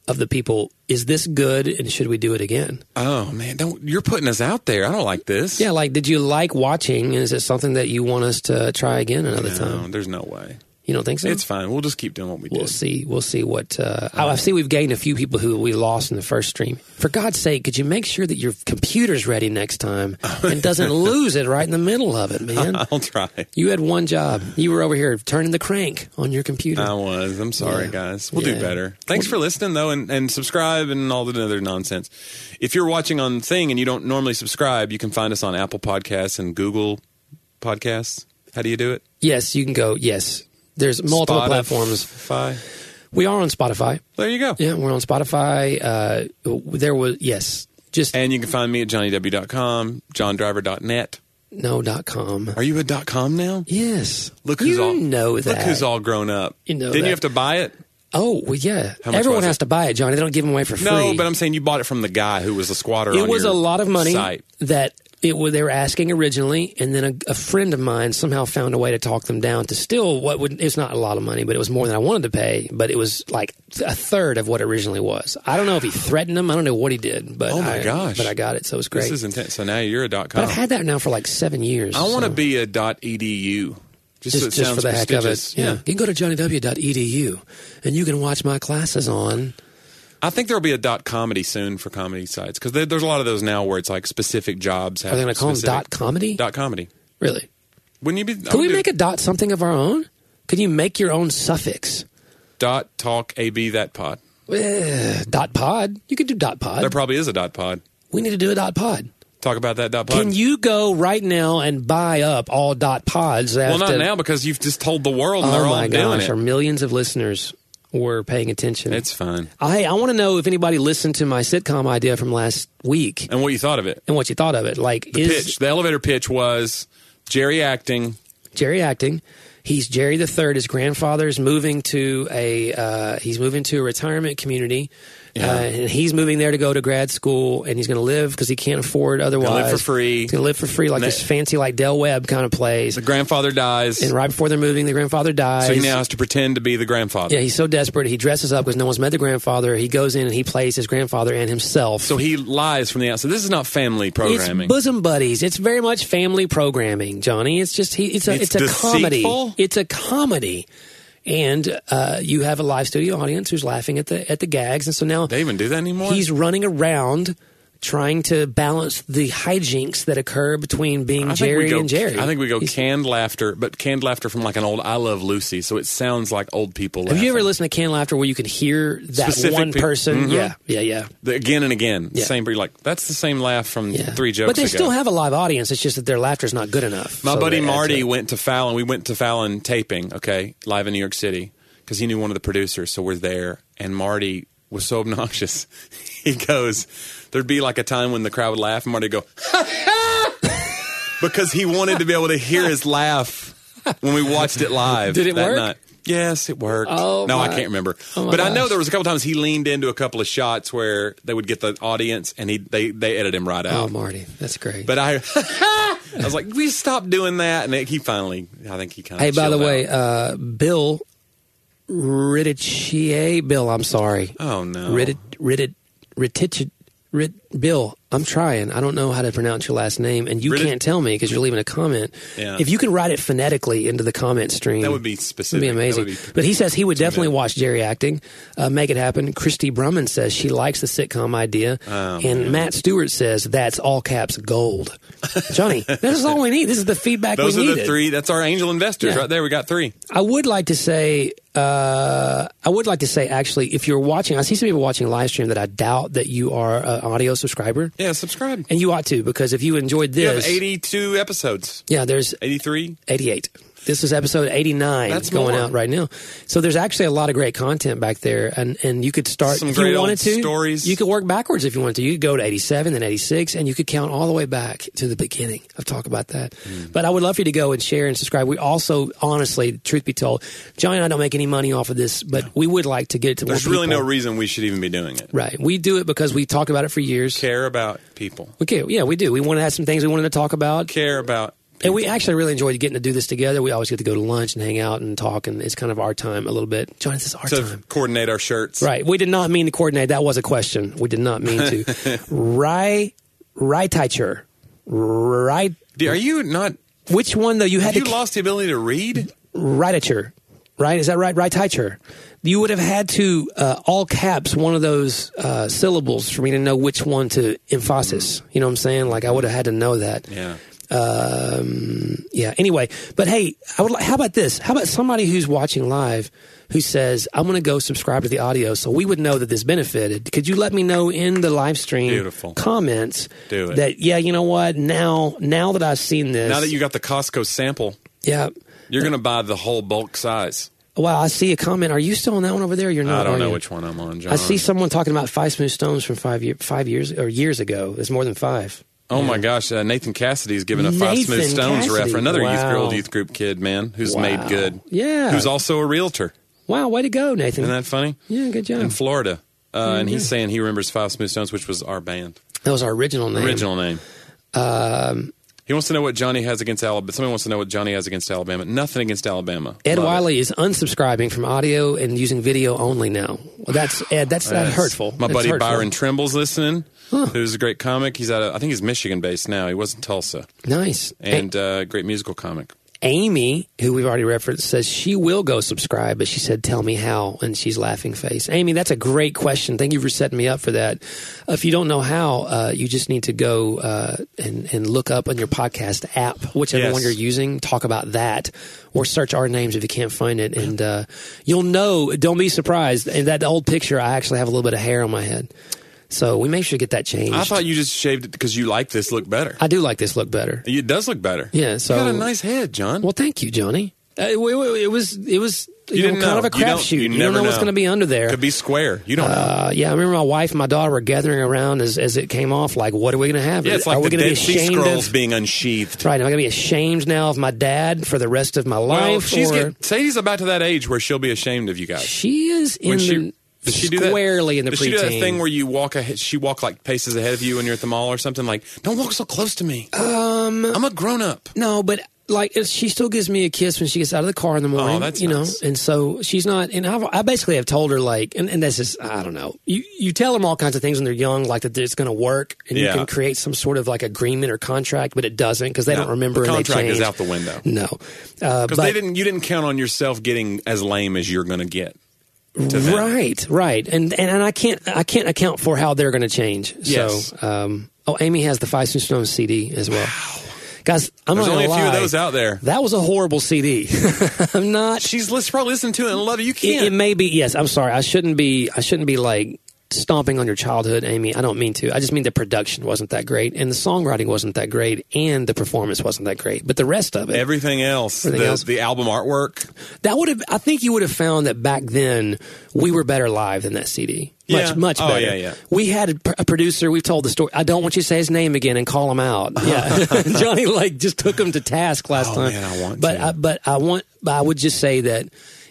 Speaker 1: of the people, is this good and should we do it again?
Speaker 2: oh man, don't you're putting us out there. I don't like this.
Speaker 1: Yeah, like did you like watching? Is it something that you want us to try again another
Speaker 2: No,
Speaker 1: time?
Speaker 2: there's no way.
Speaker 1: You don't think so?
Speaker 2: It's fine. We'll just keep doing what we do.
Speaker 1: We'll see. We'll see what. Uh, I, I see we've gained a few people who we lost in the first stream. For God's sake, could you make sure that your computer's ready next time and doesn't lose it right in the middle of it, man?
Speaker 2: I'll try.
Speaker 1: You had one job. You were over here turning the crank on your computer.
Speaker 2: I was. I'm sorry,
Speaker 1: Yeah.
Speaker 2: guys. We'll
Speaker 1: Yeah.
Speaker 2: do better. Thanks for listening, though, and, and subscribe and all the other nonsense. If you're watching on Thing and you don't normally subscribe, you can find us on Apple Podcasts and Google Podcasts. How do you do it?
Speaker 1: Yes, you can go. Yes. There's multiple
Speaker 2: Spotify.
Speaker 1: platforms.
Speaker 2: Fi.
Speaker 1: We are on Spotify.
Speaker 2: There you go.
Speaker 1: Yeah, we're on Spotify. Uh, there was, yes, just
Speaker 2: And you can find me at johnnyw.com, johndriver.net.
Speaker 1: no dot com.
Speaker 2: Are you a dot .com now?
Speaker 1: Yes.
Speaker 2: Look who's
Speaker 1: you
Speaker 2: all
Speaker 1: know that.
Speaker 2: Look who's all grown up.
Speaker 1: You know
Speaker 2: Didn't
Speaker 1: that.
Speaker 2: you have to buy it?
Speaker 1: Oh, well, yeah.
Speaker 2: How much
Speaker 1: Everyone
Speaker 2: was
Speaker 1: has
Speaker 2: it?
Speaker 1: to buy it, Johnny. They don't give them away for free.
Speaker 2: No, but I'm saying you bought it from the guy who was a squatter.
Speaker 1: It
Speaker 2: on
Speaker 1: was
Speaker 2: your
Speaker 1: a lot of money
Speaker 2: Site.
Speaker 1: that it wa- they were asking originally, and then a, a friend of mine somehow found a way to talk them down to still what would it's not a lot of money, but it was more than I wanted to pay, but it was like a third of what it originally was. I don't know if he threatened them, I don't know what he did, but
Speaker 2: Oh my
Speaker 1: I,
Speaker 2: gosh.
Speaker 1: but I got it, so it was
Speaker 2: This
Speaker 1: great.
Speaker 2: is intense. So now you're a dot
Speaker 1: but
Speaker 2: .com.
Speaker 1: I've had that now for like seven years.
Speaker 2: I want to
Speaker 1: so
Speaker 2: be a .edu. Just, so it
Speaker 1: just, just
Speaker 2: sounds
Speaker 1: for the heck of it.
Speaker 2: prestigious.
Speaker 1: Yeah. you can go to johnnyw.edu e and you can watch my classes on.
Speaker 2: I think there'll be a dot comedy soon for comedy sites because there's a lot of those now where it's like specific jobs.
Speaker 1: Are they going to call them dot comedy?
Speaker 2: dot comedy?
Speaker 1: really?
Speaker 2: Wouldn't you be?
Speaker 1: Could we make a dot something of our own? Could you make your own suffix?
Speaker 2: dot talk ab that pod?
Speaker 1: Eh, dot pod. You could do dot
Speaker 2: There
Speaker 1: pod.
Speaker 2: probably is a dot pod.
Speaker 1: we need to do a dot pod.
Speaker 2: Talk about that dot pod.
Speaker 1: Can you go right now and buy up all dot pods?
Speaker 2: well, not
Speaker 1: after-
Speaker 2: now because you've just told the world and
Speaker 1: Oh
Speaker 2: they're all
Speaker 1: my
Speaker 2: doing
Speaker 1: gosh! Our
Speaker 2: it.
Speaker 1: millions of listeners were paying attention. Uh,
Speaker 2: It's fine.
Speaker 1: I I want to know if anybody listened to my sitcom idea from last week
Speaker 2: And what you thought of it?
Speaker 1: and what you thought of it. Like is
Speaker 2: pitch. The elevator pitch was Jerry acting.
Speaker 1: Jerry acting. He's Jerry the Third. His grandfather's moving to a uh, he's moving to a retirement community, uh, and he's moving there to go to grad school, and he's going to live because he can't afford otherwise.
Speaker 2: for free.
Speaker 1: He's going to live for free, like
Speaker 2: And
Speaker 1: this fancy like Del Webb kind of place.
Speaker 2: The grandfather dies,
Speaker 1: And right before they're moving, the grandfather dies.
Speaker 2: so he now has to pretend to be the grandfather.
Speaker 1: yeah, he's so desperate. He dresses up because no one's met the grandfather. He goes in and he plays his grandfather and himself.
Speaker 2: So he lies from the outset. This is not family programming.
Speaker 1: It's bosom buddies. It's very much family programming, Johnny. It's just he. It's a. It's,
Speaker 2: It's
Speaker 1: a comedy.
Speaker 2: deceitful?
Speaker 1: It's a comedy, and uh, you have a live studio audience who's laughing at the at the gags, and so now
Speaker 2: they even do that anymore.
Speaker 1: he's running around trying to balance the hijinks that occur between being
Speaker 2: I think
Speaker 1: Jerry
Speaker 2: we go,
Speaker 1: and Jerry.
Speaker 2: I think we go
Speaker 1: He's-
Speaker 2: canned laughter, but canned laughter from like an old "I Love Lucy," so it sounds like old people.
Speaker 1: have
Speaker 2: Laughing.
Speaker 1: you ever listened to Can Laughter where you can hear that
Speaker 2: Specific
Speaker 1: one
Speaker 2: peop-
Speaker 1: person?
Speaker 2: Mhm.
Speaker 1: Yeah, yeah, yeah.
Speaker 2: The- again and again?
Speaker 1: Yeah.
Speaker 2: Same, you're like that's the same laugh from
Speaker 1: Yeah.
Speaker 2: three jokes.
Speaker 1: but they
Speaker 2: ago.
Speaker 1: still have a live audience. It's just that their laughter's not good enough.
Speaker 2: My
Speaker 1: So
Speaker 2: buddy
Speaker 1: they add to
Speaker 2: Marty
Speaker 1: it.
Speaker 2: went to Fallon. We went to Fallon taping, okay, live in New York City, because he knew one of the producers. So we're there, and Marty was so obnoxious. he goes, "There'd be like a time when the crowd would laugh, and Marty would go, because he wanted to be able to hear his laugh when we watched it live.
Speaker 1: Did it
Speaker 2: that
Speaker 1: work?
Speaker 2: Night. Yes, it worked.
Speaker 1: Oh,
Speaker 2: no, I
Speaker 1: my-
Speaker 2: can't remember.
Speaker 1: oh, my
Speaker 2: but I know
Speaker 1: gosh.
Speaker 2: there was a couple times he leaned into a couple of shots where they would get the audience and he they they edit him right
Speaker 1: Oh,
Speaker 2: out.
Speaker 1: Marty, that's great.
Speaker 2: But I I was like, we stop doing that, and he finally, I think he kind of.
Speaker 1: hey, by the way, uh, Bill Rittichier, Bill, I'm sorry.
Speaker 2: oh no,
Speaker 1: Rittit, Rittit, Rittichi, Rit, Bill, I'm trying. I don't know how to pronounce your last name, and you
Speaker 2: Rittit-
Speaker 1: can't tell me because you're leaving a comment.
Speaker 2: Yeah.
Speaker 1: If you can write it phonetically into the comment stream,
Speaker 2: that would be
Speaker 1: It'd
Speaker 2: specific.
Speaker 1: be
Speaker 2: That
Speaker 1: amazing.
Speaker 2: would be-
Speaker 1: but he says he would definitely watch Jerry acting, uh, make it happen. Christy Brumman says she likes the sitcom idea,
Speaker 2: Oh,
Speaker 1: and Matt Stewart says that's all caps gold. Johnny, this is all we need. This is the feedback
Speaker 2: those
Speaker 1: we
Speaker 2: are
Speaker 1: needed.
Speaker 2: the three. That's our angel investors
Speaker 1: Yeah.
Speaker 2: right there. We got three.
Speaker 1: I would like to say, uh, I would like to say actually, if you're watching, I see some people watching live stream that I doubt that you are an audio subscriber,
Speaker 2: Yeah, subscribe.
Speaker 1: and you ought to because if you enjoyed
Speaker 2: You have
Speaker 1: this,
Speaker 2: eighty-two episodes.
Speaker 1: yeah, there's
Speaker 2: Eighty-three.
Speaker 1: 88. This is episode 89
Speaker 2: That's
Speaker 1: going
Speaker 2: more.
Speaker 1: out right now. So there's actually a lot of great content back there and and you could start
Speaker 2: Some
Speaker 1: if
Speaker 2: great
Speaker 1: you wanted
Speaker 2: old
Speaker 1: to.
Speaker 2: stories.
Speaker 1: You could work backwards if you wanted to. You could go to 87 and 86 and you could count all the way back to the beginning. I've talked about that.
Speaker 2: Hmm.
Speaker 1: But I would love for you to go and share and subscribe. We also honestly, truth be told, Johnny and I don't make any money off of this, but we would like to get it to
Speaker 2: There's
Speaker 1: more
Speaker 2: really no
Speaker 1: people.
Speaker 2: reason we should even be doing it.
Speaker 1: Right. We do it because we talked about it for years.
Speaker 2: Care about people.
Speaker 1: Okay, yeah, we do. We want to have some things we wanted to talk about.
Speaker 2: Care about.
Speaker 1: And we actually really enjoyed getting to do this together. We always get to go to lunch and hang out and talk, and it's kind of our time a little bit. John, this is our
Speaker 2: To
Speaker 1: time.
Speaker 2: coordinate our shirts.
Speaker 1: Right. We did not mean to coordinate. That was a question. We did not mean to. Rai, Rai Teicher. Rai.
Speaker 2: Dude, Are you not?
Speaker 1: Which one, though? You had
Speaker 2: Have you
Speaker 1: to.
Speaker 2: lost the ability to read?
Speaker 1: Reiticher, right? Is that right? Reiticher. You would have had to uh, all caps one of those uh, syllables for me to know which one to emphasis. You know what I'm saying? Like I would have had to know that.
Speaker 2: Yeah.
Speaker 1: Um, yeah. Anyway, but hey, I would. Like, how about this? How about somebody who's watching live who says, "I'm going to go subscribe to the audio," so we would know that this benefited. Could you let me know in the live stream
Speaker 2: Beautiful.
Speaker 1: comments
Speaker 2: Do it.
Speaker 1: that? Yeah, you know what? Now, now that I've seen this,
Speaker 2: Now that you got the Costco sample,
Speaker 1: yeah.
Speaker 2: you're going to buy the whole bulk size.
Speaker 1: Wow, I see a comment. Are you still on that one over there? You're not.
Speaker 2: I
Speaker 1: are
Speaker 2: don't know
Speaker 1: you?
Speaker 2: which one I'm on, John.
Speaker 1: Oh, I see someone talking about five smooth stones from five year, five years or years ago. It's more than five.
Speaker 2: Oh my gosh, uh, Nathan Cassidy's giving a five
Speaker 1: Nathan
Speaker 2: Smooth Stones
Speaker 1: Cassidy.
Speaker 2: ref, another youth
Speaker 1: Wow.
Speaker 2: girl, youth group kid, man, who's
Speaker 1: Wow.
Speaker 2: made good.
Speaker 1: Yeah.
Speaker 2: Who's also a realtor.
Speaker 1: Wow, way to go, Nathan.
Speaker 2: Isn't that funny?
Speaker 1: yeah, good job.
Speaker 2: In Florida. Uh,
Speaker 1: Mm-hmm.
Speaker 2: and he's saying he remembers Five Smooth Stones, which was our band.
Speaker 1: that was our original name.
Speaker 2: Original name. Um,
Speaker 1: um,
Speaker 2: he wants to know what Johnny has against Alabama. Somebody wants to know what Johnny has against Alabama. Nothing against Alabama.
Speaker 1: Ed
Speaker 2: Love it.
Speaker 1: Wiley is unsubscribing from audio and using video only now. Well, that's Ed. That's, that's
Speaker 2: That's-
Speaker 1: hurtful.
Speaker 2: My
Speaker 1: That's
Speaker 2: buddy
Speaker 1: hurtful.
Speaker 2: Byron Trimble's listening, who's a great comic. He's out of, I think he's Michigan based now. He was in Tulsa.
Speaker 1: Nice.
Speaker 2: And uh, great musical comic.
Speaker 1: A- Amy, who we've already referenced, says she will go subscribe, but she said, "Tell me how," and she's laughing face. Amy, that's a great question. Thank you for setting me up for that. If you don't know how, uh, you just need to go uh, and and look up on your podcast app, whichever
Speaker 2: Yes.
Speaker 1: one you're using. Talk about that, or search our names if you can't find it, and uh, you'll know. Don't be surprised. In that old picture, I actually have a little bit of hair on my head, so we may should get that changed.
Speaker 2: I thought you just shaved it because you like this look better.
Speaker 1: I do like this look better.
Speaker 2: It does look better.
Speaker 1: Yeah, so-
Speaker 2: you got a nice head, John.
Speaker 1: Well, thank you, Johnny. Uh, it, it- it was it was you know,
Speaker 2: didn't
Speaker 1: kind
Speaker 2: know.
Speaker 1: of a
Speaker 2: You don't-
Speaker 1: crapshoot.
Speaker 2: you
Speaker 1: You, don't
Speaker 2: never
Speaker 1: know what's
Speaker 2: know.
Speaker 1: going to be under there.
Speaker 2: Could be square. You don't know.
Speaker 1: uh, yeah, I remember my wife and my daughter were gathering around as, as it came off. Like, what are we going to have?
Speaker 2: Yeah, it's
Speaker 1: are
Speaker 2: like
Speaker 1: we
Speaker 2: the
Speaker 1: going to be
Speaker 2: Dead Sea
Speaker 1: ashamed
Speaker 2: Scrolls
Speaker 1: of?
Speaker 2: being unsheathed.
Speaker 1: Right, am I going to be ashamed now of my dad for the rest of my
Speaker 2: Well,
Speaker 1: life?
Speaker 2: she's
Speaker 1: or
Speaker 2: getting, Sadie's about to that age where she'll be ashamed of you guys.
Speaker 1: she is in
Speaker 2: When she
Speaker 1: the,
Speaker 2: does she do that?
Speaker 1: squarely in the
Speaker 2: does
Speaker 1: preteen.
Speaker 2: she do that thing where you walk? Ahead, she walk like paces ahead of you when you're at the mall or something. Like, don't walk so close to me. Um, I'm a grown up.
Speaker 1: No, but like if she still gives me a kiss when she gets out of the car in the morning.
Speaker 2: Oh, that's
Speaker 1: you know,
Speaker 2: nice.
Speaker 1: and so she's not. And I've, I basically have told her like, and, and this is I don't know. You you tell them all kinds of things when they're young, like that it's going to work, and
Speaker 2: Yeah.
Speaker 1: you can create some sort of like agreement or contract, but it doesn't because they don't remember. and
Speaker 2: The
Speaker 1: they
Speaker 2: contract is
Speaker 1: change.
Speaker 2: out the window
Speaker 1: No, uh,
Speaker 2: because
Speaker 1: but
Speaker 2: they didn't. You didn't count on yourself getting as lame as you're going to get. To them.
Speaker 1: right, right, and, and and I can't I can't account for how they're going to change.
Speaker 2: Yes.
Speaker 1: So, um, oh, Amy has the Five Stones CD as well. Guys, I'm
Speaker 2: There's
Speaker 1: not
Speaker 2: only a
Speaker 1: gonna
Speaker 2: few of
Speaker 1: lie.
Speaker 2: those out there.
Speaker 1: That was a horrible CD. I'm not
Speaker 2: She's lis- probably listening to it and love it. You
Speaker 1: it,
Speaker 2: can't.
Speaker 1: it may be yes i'm sorry i shouldn't be i shouldn't be like stomping on your childhood amy i don't mean to i just mean the production wasn't that great and the songwriting wasn't that great and the performance wasn't that great but the rest of it
Speaker 2: Everything else,
Speaker 1: Everything
Speaker 2: the,
Speaker 1: else.
Speaker 2: the album artwork,
Speaker 1: that would have i think you would have found that back then we were better live than that cd much
Speaker 2: Yeah.
Speaker 1: much
Speaker 2: Oh,
Speaker 1: better
Speaker 2: yeah, yeah.
Speaker 1: we had a, pr- a producer we've told the story i don't want you to say his name again and call him out yeah johnny like just took him to task last
Speaker 2: Oh,
Speaker 1: time
Speaker 2: man, I want
Speaker 1: but
Speaker 2: to.
Speaker 1: I, but i want but i would just say that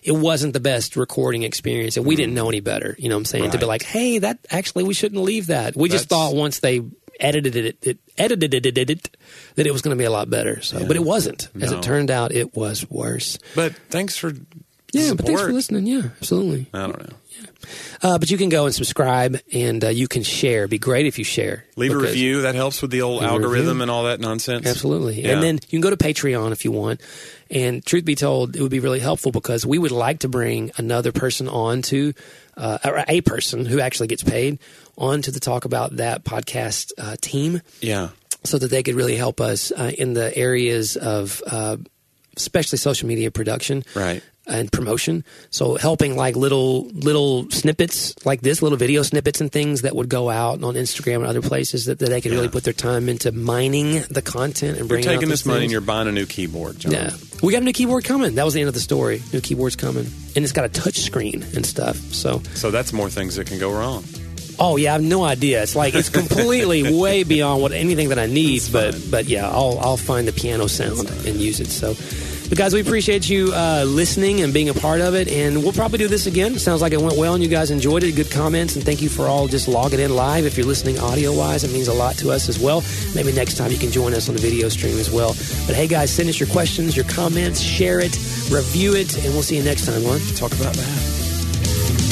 Speaker 1: it wasn't the best recording experience, and we didn't know any better. You know what I'm saying? To be
Speaker 2: Mm. Right.
Speaker 1: like, hey, that actually we shouldn't leave that. We just
Speaker 2: That's-
Speaker 1: thought once they edited it, it edited it, it, it that it was going to be a lot better. So, but it wasn't. As
Speaker 2: No.
Speaker 1: it turned out, it was worse.
Speaker 2: But thanks for
Speaker 1: Yeah,
Speaker 2: support.
Speaker 1: but thanks for listening. Yeah, absolutely.
Speaker 2: I don't know.
Speaker 1: Uh, but you can go and subscribe, and uh, you can share. Be great if you share.
Speaker 2: Leave a
Speaker 1: because-
Speaker 2: review. That helps with the old
Speaker 1: Leave a
Speaker 2: algorithm
Speaker 1: review.
Speaker 2: and all that nonsense.
Speaker 1: Absolutely.
Speaker 2: Yeah.
Speaker 1: And then you can go to Patreon if you want. And truth be told, it would be really helpful because we would like to bring another person on to, uh, or a person who actually gets paid, on to the Talk About That podcast uh, team
Speaker 2: Yeah.
Speaker 1: so that they could really help us uh, in the areas of uh, especially social media production
Speaker 2: Right.
Speaker 1: and promotion so helping like little little snippets like this little video snippets and things that would go out on instagram and other places that, that they could really put their time into mining the content and
Speaker 2: You're
Speaker 1: bringing out
Speaker 2: taking
Speaker 1: these
Speaker 2: this money and
Speaker 1: things.
Speaker 2: you're buying a new keyboard, John.
Speaker 1: yeah we got a new keyboard coming that was the end of the story new keyboard's coming and it's got a touch screen and stuff so
Speaker 2: So that's more things that can go wrong.
Speaker 1: Oh yeah, I have no idea. It's like it's completely way beyond what anything that I need. But but yeah, I'll I'll find the piano sound and use it. So, but guys, we appreciate you uh, listening and being a part of it, and we'll probably do this again. Sounds like it went well, and you guys enjoyed it. Good comments, and thank you for all just logging in live. If you're listening audio wise, it means a lot to us as well. Maybe next time you can join us on the video stream as well. But hey, guys, send us your questions, your comments, share it, review it, and we'll see you next time on Talk About That.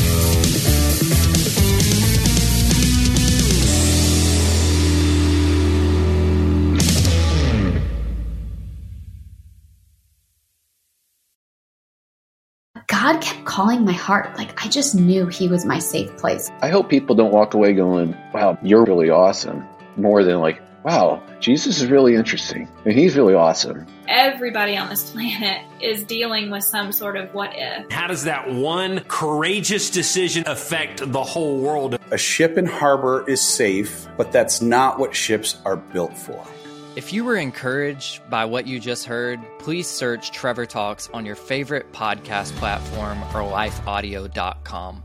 Speaker 3: God kept calling my heart. Like, I just knew He was my safe place.
Speaker 4: I hope people don't walk away going, wow, you're really awesome, more than like, wow, Jesus is really interesting and he's really awesome.
Speaker 5: everybody on this planet is dealing with some sort of what if.
Speaker 6: How does that one courageous decision affect the whole world?
Speaker 7: A ship in harbor is safe, but that's not what ships are built for.
Speaker 8: If you were encouraged by what you just heard, please search Trevor Talks on your favorite podcast platform or lifeaudio.com.